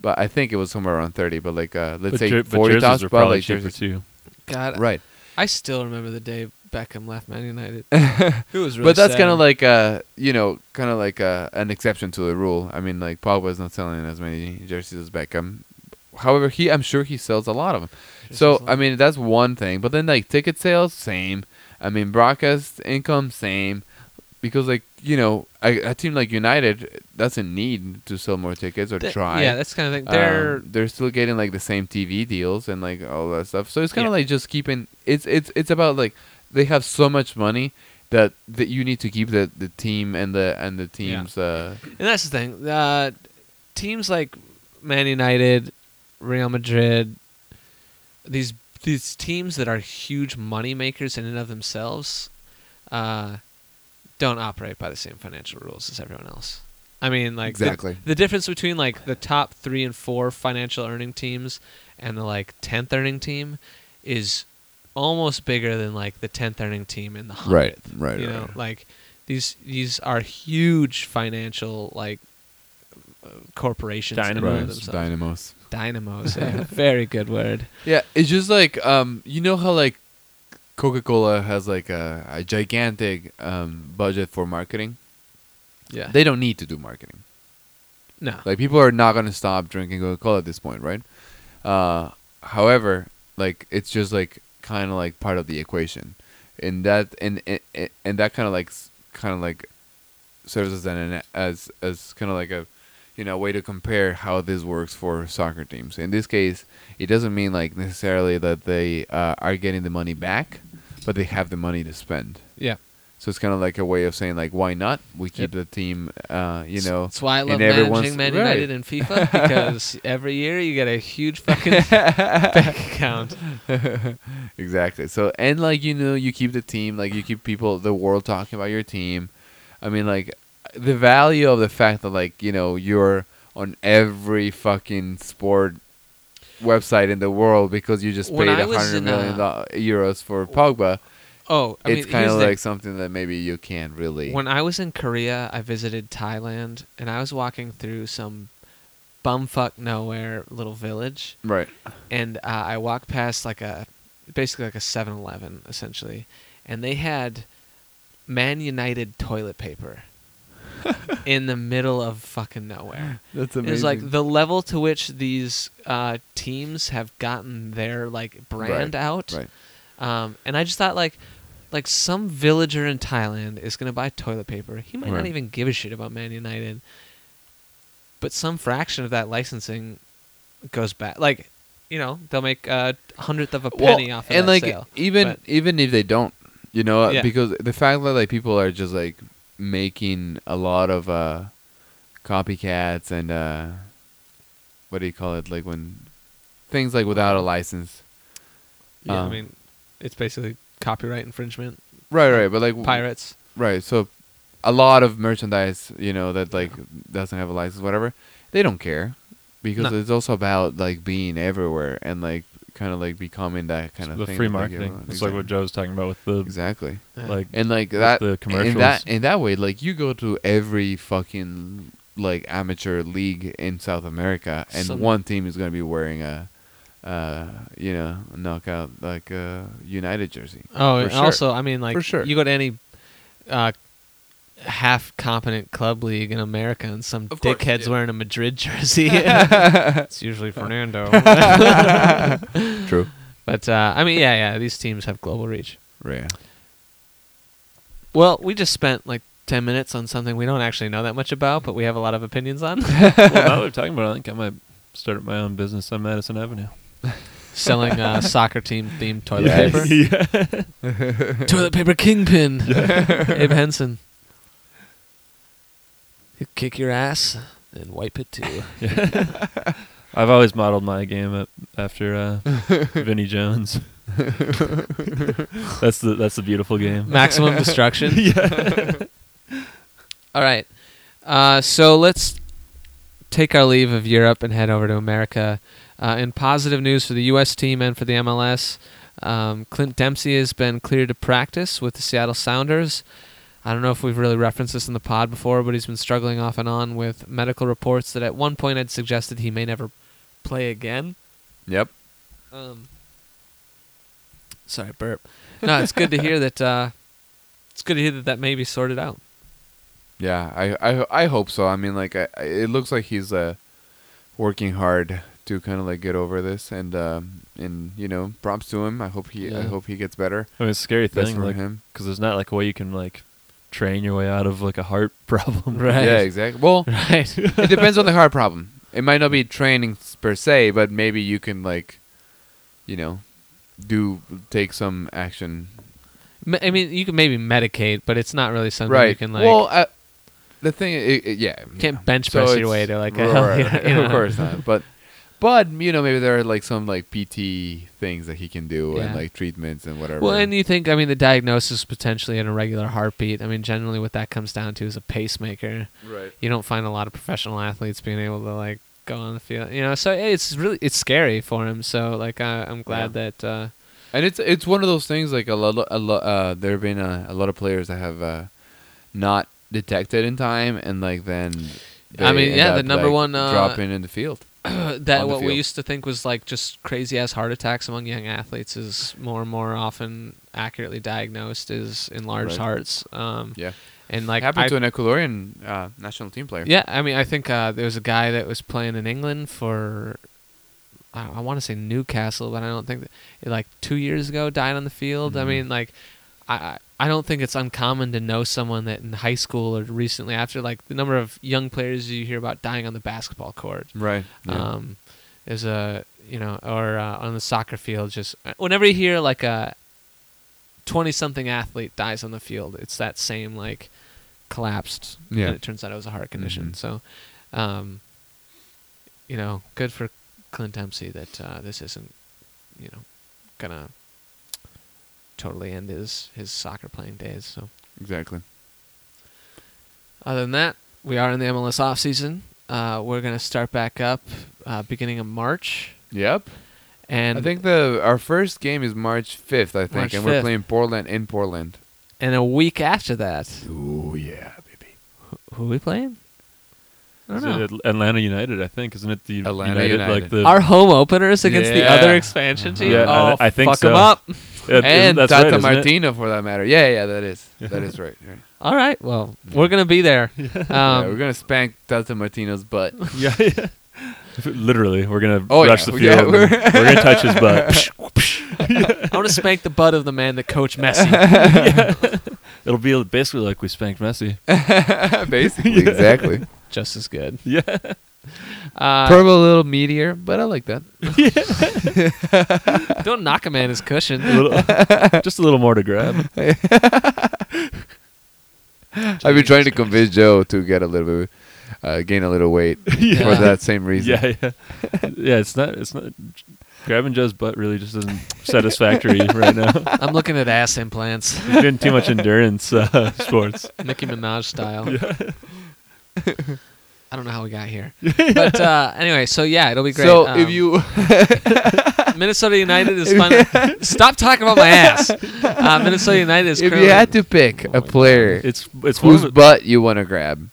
S2: But I think it was somewhere around 30. But like, uh, let's
S3: But
S2: say
S3: jer- but
S2: 40
S3: jerseys
S2: tops.
S3: are
S2: but,
S3: probably
S2: like,
S3: cheaper
S2: jerseys-
S3: too.
S1: God,
S2: Right.
S1: I still remember the day Beckham left Man United. it was really
S2: but that's
S1: sad.
S2: kind of like uh you know kind of like uh an exception to the rule i mean like pogba's not selling as many jerseys as beckham however he i'm sure he sells a lot of them
S1: Jerseys
S2: so
S1: a
S2: i
S1: lot.
S2: mean that's one thing but then like ticket sales same i mean broadcast income same because like you know a, a team like united doesn't need to sell more tickets or
S1: Th-
S2: try
S1: Yeah, that's kind of thing.
S2: Um,
S1: They're
S2: they're still getting like the same TV deals and like all that stuff. So it's kind of
S1: Yeah.
S2: like just keeping it's it's it's about like they have so much money that that you need to keep the the team and the and the
S1: Yeah.
S2: teams uh
S1: and that's the thing. Uh, teams like Man United, Real Madrid, these these teams that are huge money makers in and of themselves, uh, don't operate by the same financial rules as everyone else. I mean, like the-
S2: Exactly.
S1: the, difference between like the top three and four financial earning teams and the like tenth earning team is almost bigger than like the tenth earning team and the
S2: Right,
S1: hundredth.
S2: right,
S1: You know,
S2: right.
S1: like these these are huge financial like uh, corporations. in and of
S3: Dynamos.
S1: themselves.
S2: dynamos.
S1: Dynamos. yeah. Very good word.
S2: Yeah, it's just like um you know how like Coca-Cola has like a, a gigantic um budget for marketing.
S1: Yeah.
S2: They don't need to do marketing.
S1: no.
S2: Like people are not gonna stop drinking Coca Cola at this point, right? Uh, however, like it's just like kind of like part of the equation, and that and and, and that kind of like kind of like serves as an as as kind of like a you know way to compare how this works for soccer teams. In this case, it doesn't mean like necessarily that they uh, are getting the money back, but they have the money to spend.
S1: yeah.
S2: So it's kind of like a way of saying like, why not? We keep
S1: Yep.
S2: the team, uh, you know.
S1: That's why I
S2: and
S1: love
S2: everyone's-
S1: managing Man
S2: Right.
S1: United and FIFA because every year you get a huge fucking bank account.
S2: exactly. So and like you know, you keep the team, like you keep people, the world talking about your team. I mean, like the value of the fact that like you know you're on every fucking sport website in the world because you just
S1: When
S2: paid
S1: I
S2: a
S1: was
S2: hundred
S1: in,
S2: million
S1: uh,
S2: do- euros for Pogba.
S1: Oh, I mean,
S2: it's kind
S1: here's
S2: of
S1: the-
S2: like something that maybe you can't really.
S1: When I was in Korea, I visited Thailand, and I was walking through some bumfuck nowhere little village,
S2: right.
S1: and uh, I walked past like a basically like a 7-Eleven essentially, and they had Man United toilet paper in the middle of fucking nowhere.
S2: That's
S1: It's like the level to which these uh, teams have gotten their like brand out.
S2: Right.
S1: Um, and I just thought like, like some villager in Thailand is gonna buy toilet paper. He might not
S2: Right.
S1: even give a shit about Man United. But some fraction of that licensing goes back. Like, you know, they'll make a hundredth of a penny off of
S2: and
S1: that
S2: like
S1: sale.
S2: even
S1: but-
S2: even if they don't, you know,
S1: Yeah.
S2: because the fact that like people are just like making a lot of uh copycats and uh what do you call it like when things like without a license.
S1: Yeah, I
S2: um,
S1: mean, it's basically copyright infringement.
S2: Right, right, but like w-
S1: Pirates.
S2: Right, so a lot of merchandise, you know, that like doesn't have a license whatever, they don't care because
S1: No.
S2: it's also about like being everywhere and like kind of like becoming that kind of
S3: the
S2: thing.
S3: free
S2: that they
S3: marketing.
S2: give-
S3: It's like what Joe was talking about with the
S2: Exactly.
S3: like
S2: and like
S3: with
S2: that
S3: the
S2: In that
S3: commercials.
S2: in that way, like you go to every fucking like amateur league in South America, and
S1: Some-
S2: one team is gonna be wearing a, uh, you know, knockout like a United jersey.
S1: Oh,
S2: For
S1: and
S2: sure.
S1: also, I mean, like,
S2: For sure.
S1: you go to any uh, half competent club league in America, and some
S2: Of course,
S1: dickhead's
S2: yeah.
S1: wearing a Madrid jersey. it's usually Fernando. but
S2: True.
S1: uh, I mean, yeah, yeah, these teams have global reach.
S2: Right.
S1: Well, we just spent like ten minutes on something we don't actually know that much about, but we have a lot of opinions on
S3: well, now that we're talking about, it, I think I might start my own business on Madison Avenue.
S1: selling uh, soccer team themed toilet
S2: Yes.
S1: paper.
S3: yeah.
S1: Toilet paper kingpin. Abe Henson. He'll kick your ass and wipe it too.
S3: I've always modeled my game up after uh, Vinnie Jones. that's the that's the beautiful game.
S1: Maximum destruction.
S3: yeah.
S1: All right. Uh, so let's take our leave of Europe and head over to America. Uh, in positive news for the U.S. team and for the MLS, um, Clint Dempsey has been cleared to practice with the Seattle Sounders. I don't know if we've really referenced this in the pod before, but he's been struggling off and on with medical reports that at one point had suggested he may never play again.
S2: Yep.
S1: Um, sorry, burp. No, it's good to hear that. Uh, it's good to hear that that may be sorted out.
S2: Yeah, I, I, I hope so. I mean, like, I, I- it looks like he's uh, working hard to kind of like get over this, and um, and you know, props to him. I hope he, I
S1: Yeah.
S2: hope he gets better.
S3: I mean, it's a scary
S2: Best
S3: thing,
S2: for
S3: like,
S2: him.
S3: because there's not like a way you can like train your way out of like a heart problem.
S1: Right.
S2: Yeah, exactly. Well,
S1: Right.
S2: it depends on the heart problem. It might not be training s- per se, but maybe you can like, you know, do take some action.
S1: Me- I mean, you can maybe medicate, but it's not really something
S2: right.
S1: you can like.
S2: well, uh, the thing, i i yeah,
S1: can't bench
S2: So
S1: press your
S2: it's-
S1: way to like a
S2: right,
S1: healthy.
S2: right,
S1: you know.
S2: of course not. But but you know maybe there are like some like PT things that he can do
S1: Yeah.
S2: and like treatments and whatever.
S1: Well, and you think I mean the diagnosis potentially an irregular heartbeat. I mean, generally what that comes down to is a pacemaker.
S2: right.
S1: You don't find a lot of professional athletes being able to like go on the field. You know, so it's really it's scary for him. So like I, I'm glad that. Uh,
S2: And it's it's one of those things like a lot a lot uh, there have been a, a lot of players that have uh, not detected in time and like then.
S1: I mean,
S2: end
S1: yeah, the
S2: up,
S1: number
S2: like,
S1: one, uh,
S2: dropping in the field.
S1: that
S2: on the
S1: what we
S2: field.
S1: used to think was like just crazy ass heart attacks among young athletes is more and more often accurately diagnosed is enlarged
S2: Right.
S1: hearts. Um,
S2: Yeah,
S1: And like
S2: like happened
S1: I-
S2: to an Ecuadorian uh, national team player.
S1: Yeah, I mean, I think uh, there was a guy that was playing in England for I, I want to say Newcastle, but I don't think that, like two years ago died on the field. I
S2: Mhm.
S1: mean, like I I I don't think it's uncommon to know someone that in high school or recently after like the number of young players you hear about dying on the basketball court.
S2: right. Yeah.
S1: Um, there's a you know, or uh, on the soccer field, just uh, whenever you hear like a twenty-something athlete dies on the field, it's that same like collapsed.
S2: Yeah.
S1: And it turns out it was a heart condition.
S2: Mhm.
S1: So, um, you know, good for Clint Dempsey that uh, this isn't, you know, gonna totally end his his soccer playing days. So.
S2: exactly.
S1: Other than that, we are in the MLS offseason. Uh, we're going to start back up uh, beginning of March.
S2: Yep.
S1: And
S2: I think the our first game is March fifth. I think,
S1: March
S2: and
S1: 5th.
S2: we're playing Portland in Portland.
S1: and a week after that,
S2: Oh yeah, baby.
S1: who are we playing? I don't
S3: Is
S1: know.
S3: it Atl- Atlanta United, I think, isn't it the
S2: Atlanta
S3: like
S2: United.
S3: the
S1: Our home openers against the other
S3: Yeah.
S1: expansion team.
S3: Yeah, I-
S1: oh,
S3: I think
S1: fuck 'em
S3: so.
S1: up.
S3: Yeah,
S2: and
S3: that's
S2: Tata
S3: right, isn't it?
S2: Martino for that matter. Yeah, yeah, that is that is right. right.
S1: All right. Well, we're gonna be there. Um,
S2: yeah, we're gonna spank Tata Martino's butt.
S3: Yeah, yeah. Literally, we're gonna
S2: Oh,
S3: rush
S2: yeah.
S3: the
S2: Yeah,
S3: field. and we're,
S2: we're-
S3: gonna touch his butt.
S1: I want to spank the butt of the man that coached Messi.
S3: It'll be basically like we spanked Messi.
S2: Basically, exactly.
S1: Just as good.
S3: Yeah.
S1: Uh,
S2: Purple little meteor, but I like that.
S1: Uh, don't knock a man his cushion.
S3: A little- just a little more to grab.
S2: I've been trying to convince Joe to get a little bit, uh, gain a little weight for
S1: Yeah.
S2: that same reason.
S3: Yeah, yeah, yeah. It's not. It's not. Grabbing Joe's butt really just isn't satisfactory right now.
S1: I'm looking at ass implants,
S3: He's doing too much endurance uh, sports.
S1: Nicki Minaj style. I don't know how we got here, but uh, anyway, so yeah, it'll be great.
S2: So
S1: Um,
S2: if you
S1: Minnesota United is finally stop talking about my ass. Uh, Minnesota United is
S2: if you
S1: currently-
S2: had to pick
S1: Oh my
S2: a
S1: God.
S2: player
S3: It's it's one of
S2: whose
S3: the-
S2: butt you want to grab,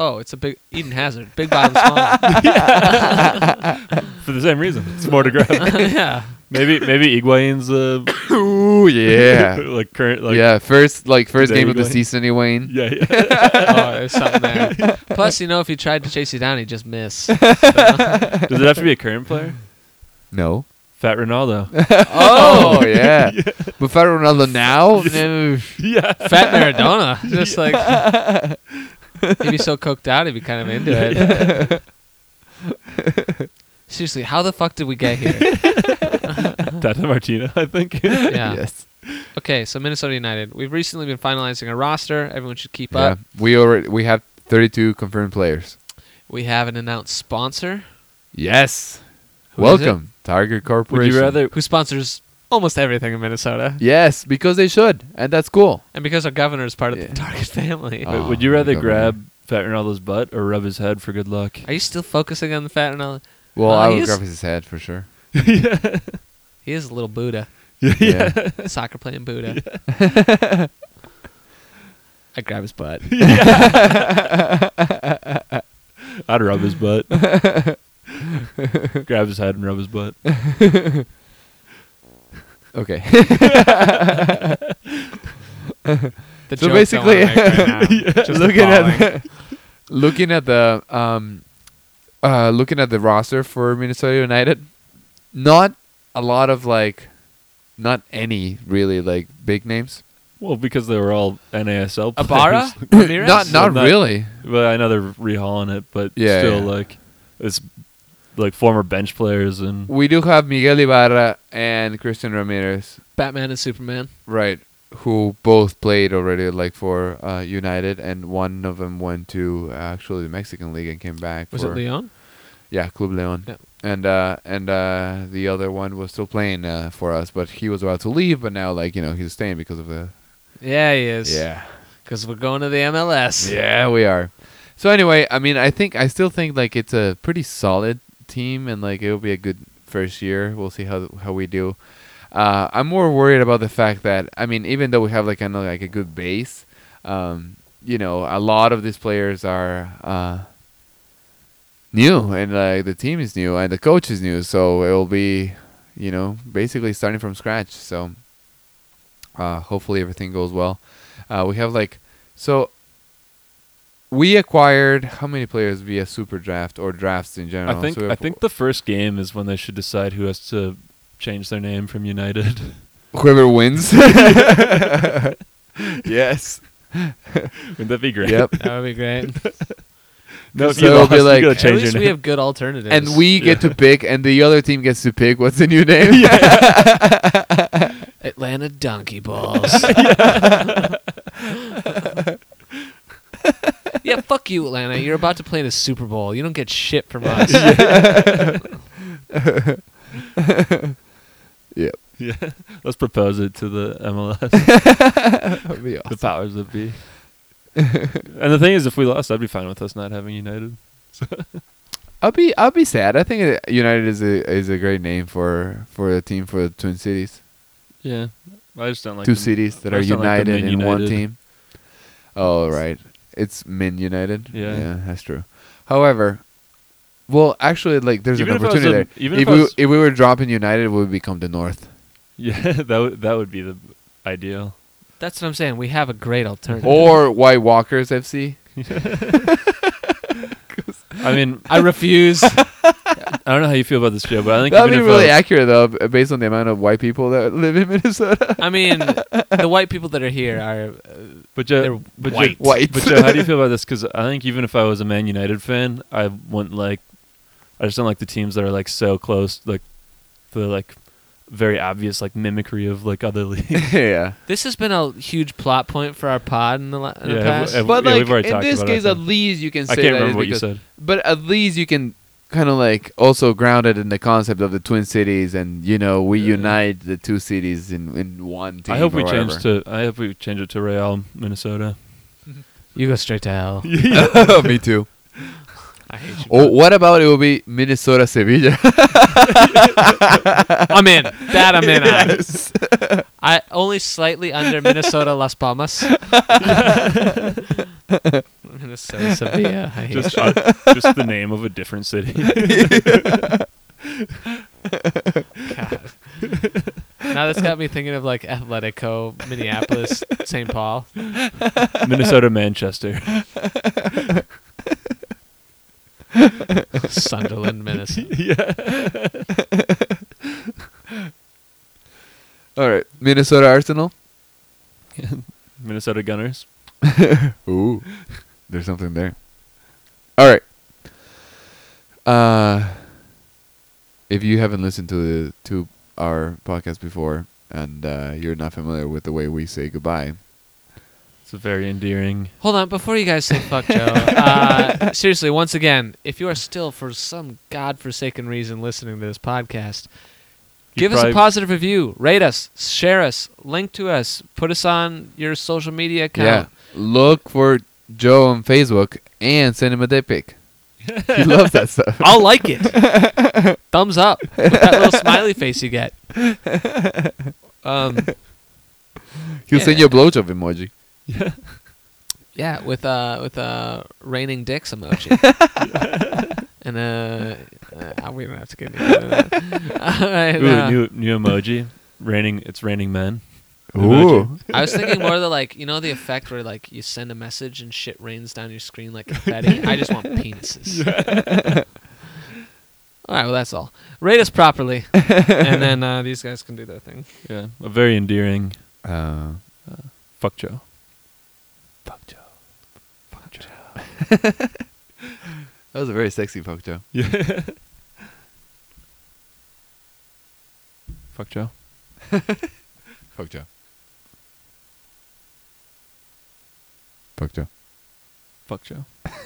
S1: oh, it's a big Eden Hazard, big bottom small.
S3: for the same reason. It's more to grab.
S1: yeah,
S3: maybe maybe Iguain's uh,
S2: ooh yeah,
S3: like current like
S2: yeah. First like first
S3: Today
S2: game
S3: we
S2: of the
S3: going-
S2: season, he Wayne.
S3: yeah yeah.
S1: oh, there's something there. Plus, you know, if he tried to chase you down, he'd just miss.
S3: Does it have to be a current player?
S2: No.
S3: Fat Ronaldo.
S2: Oh yeah. But Fat Ronaldo now. No.
S3: yeah.
S1: Fat Maradona, just like he'd be so coked out, he'd be kind of into it. Seriously, how the fuck did we get here?
S3: Tata Martina, I think.
S1: Yeah.
S2: Yes.
S1: Okay, so Minnesota United. We've recently been finalizing a roster. Everyone should keep
S2: Yeah.
S1: up.
S2: We already we have 32 confirmed players.
S1: We have an announced sponsor.
S2: Yes.
S1: Who is it?
S2: Welcome, Tiger
S3: Would
S2: Corporation.
S3: you rather?
S1: who sponsors almost everything in Minnesota.
S2: Yes, because they should, and that's cool.
S1: And because our governor is part of
S2: Yeah.
S1: the Target family.
S2: Oh,
S3: would you
S2: my
S3: rather
S2: God.
S3: grab Fat Ronaldo's butt or rub his head for good luck?
S1: Are you still focusing on the fat Ronaldo?
S2: Well,
S1: Uh,
S2: I
S1: he
S2: would
S1: is-
S2: grab his head for sure.
S3: yeah.
S1: He is a little Buddha.
S2: Yeah.
S1: Soccer playing Buddha. I grab his butt.
S3: I'd rub his butt. Grab his head and rub his butt.
S2: Okay.
S1: The
S2: So
S1: joke I wanna
S2: basically-
S1: make right now. Just the
S2: looking at
S1: following.
S2: the, looking at the um, uh, looking at the roster for Minnesota United, not a lot of like, not any really like big names.
S3: Well, because they were all NASL players.
S1: Ibarra? Ramirez?
S2: Not not
S3: Well, not-
S2: really.
S3: But I know they're rehauling it, but
S2: Yeah,
S3: still,
S2: yeah.
S3: like, it's like former bench players and
S2: We do have Miguel Ibarra and Christian Ramirez,
S1: Batman and Superman.
S2: right? Who both played already like for uh, United, and one of them went to uh, actually the Mexican league and came back.
S1: Was
S2: for,
S1: it Leon?
S2: Yeah, Club León.
S1: Yeah.
S2: And uh, and uh, the other one was still playing uh, for us, but he was about to leave. But now, like you know, he's staying because of the
S1: Yeah, he is.
S2: yeah,
S1: Because we're going to the MLS.
S2: yeah, we are. So anyway, I mean, I think I still think like it's a pretty solid team, and like it'll be a good first year. We'll see how how we do. Uh, I'm more worried about the fact that I mean, even though we have like another like a good base, um, you know, a lot of these players are uh, new, and like the team is new, and the coach is new, so it'll be, you know, basically starting from scratch. So uh, hopefully everything goes well. Uh, we have like so. We acquired how many players via super draft or drafts in general?
S3: I think
S2: So we
S3: I
S2: have-
S3: think the first game is when they should decide who has to change their name from United.
S2: whoever wins. yes.
S3: Wouldn't that be great?
S2: Yep.
S1: That would be great.
S3: No, if
S2: So
S3: you
S2: it'll
S3: lost,
S2: be
S3: you
S2: like-
S3: gotta
S1: At
S3: change your
S1: least
S3: name.
S1: we have good alternatives.
S2: and we get to pick, and the other team gets to pick what's the new name.
S1: Atlanta Donkey Balls. yeah, fuck you, Atlanta. You're about to play in the Super Bowl. You don't get shit from us.
S2: Yep.
S3: Yeah, let's propose it to the MLS,
S2: That would be awesome.
S3: the powers that be. and the thing is, if we lost, I'd be fine with us not having United.
S2: I'll be I'll be sad. I think uh, United is a is a great name for for a team for the Twin Cities,
S3: Yeah, I just don't like
S2: two
S3: the-
S2: cities that
S3: I
S2: are
S3: just don't like the
S2: united in
S3: Man
S2: one
S3: United.
S2: team. Oh right, it's Min United.
S3: Yeah.
S2: that's true. However, well, actually, like there's
S3: Even
S2: an
S3: if I was
S2: opportunity
S3: a-
S2: there.
S3: even
S2: if
S3: if I
S2: we
S3: was-
S2: if we were dropping United, we would become the North.
S3: Yeah, that would that would be the ideal.
S1: That's what I'm saying. We have a great alternative.
S2: or White Walkers FC.
S3: I mean,
S1: I refuse.
S3: I don't know how you feel about this, Joe, but I think
S2: That'd
S3: even
S2: be
S3: if I
S2: really
S3: was-
S2: accurate though, b- based on the amount of white people that live in Minnesota.
S1: I mean, the white people that are here are. Uh,
S3: But Joe,
S1: They're
S3: but Joe-
S1: white.
S2: White.
S3: but Joe, how do you feel about this? Because I think even if I was a Man United fan, I wouldn't like. I just don't like the teams that are like so close, like the like very obvious like mimicry of like other leagues.
S2: yeah.
S1: this has been a huge plot point for our pod in the, la- in the
S3: Yeah,
S1: past.
S3: have-
S2: But
S3: yeah, we've
S2: like
S3: already
S2: in
S3: talked
S2: this
S3: about it, I
S2: case, at
S3: think.
S2: least you can say
S3: I can't
S2: that is
S3: remember what you
S2: because-
S3: said.
S2: But at least you can kind of like also grounded in the concept of the Twin Cities, and you know we
S3: Yeah.
S2: unite the two cities in in one team.
S3: I hope we
S2: or
S3: change to. I hope we change it to Real Minnesota.
S1: you go straight to hell.
S2: whatever. Me too.
S1: I hate you.
S2: Oh, what about it will be Minnesota Sevilla?
S1: I'm in. That I'm in. on. I only slightly under Minnesota Las Palmas. Minnesota Sevilla. I hate
S3: just,
S1: you.
S3: uh, just the name of a different city.
S1: God. now that's got me thinking of like Atletico, Minneapolis, St. Paul.
S3: Minnesota Manchester.
S1: Sunderland, Minnesota.
S3: yeah.
S2: All right, Minnesota Arsenal.
S3: Minnesota Gunners.
S2: Ooh, there's something there. All right. Uh, if you haven't listened to the, to our podcast before and uh, you're not familiar with the way we say goodbye,
S3: It's a very endearing.
S1: Hold on, before you guys say fuck Joe, uh, seriously, once again, if you are still for some godforsaken reason listening to this podcast,
S3: You
S1: give us a
S3: probably-
S1: positive review, rate us, share us, link to us, put us on your social media
S2: yeah,
S1: account.
S2: look for Joe on Facebook and send him a dick pic. he loves that stuff.
S1: I'll like it. Thumbs up with that little smiley face you get. Um,
S2: He'll send
S1: Yeah.
S2: you a blowjob emoji.
S1: yeah, with uh, with uh, raining dicks emoji. and uh, uh, we don't have to get into that. All right,
S3: Ooh,
S1: uh,
S3: new new emoji. Raining. It's raining men.
S2: Ooh,
S1: I was thinking more of the like, you know, the effect where like you send a message and shit rains down your screen like confetti. I just want penises. all right, well that's all. Rate us properly, and then uh, these guys can do their thing.
S3: Yeah, a very endearing.
S2: uh,
S3: Fuck Joe.
S2: fuck Joe.
S3: Fuck Joe.
S2: That was a very sexy fuck Joe.
S3: Yeah. Fuck Joe.
S2: Fuck Joe. Fuck Joe.
S3: Fuck Joe.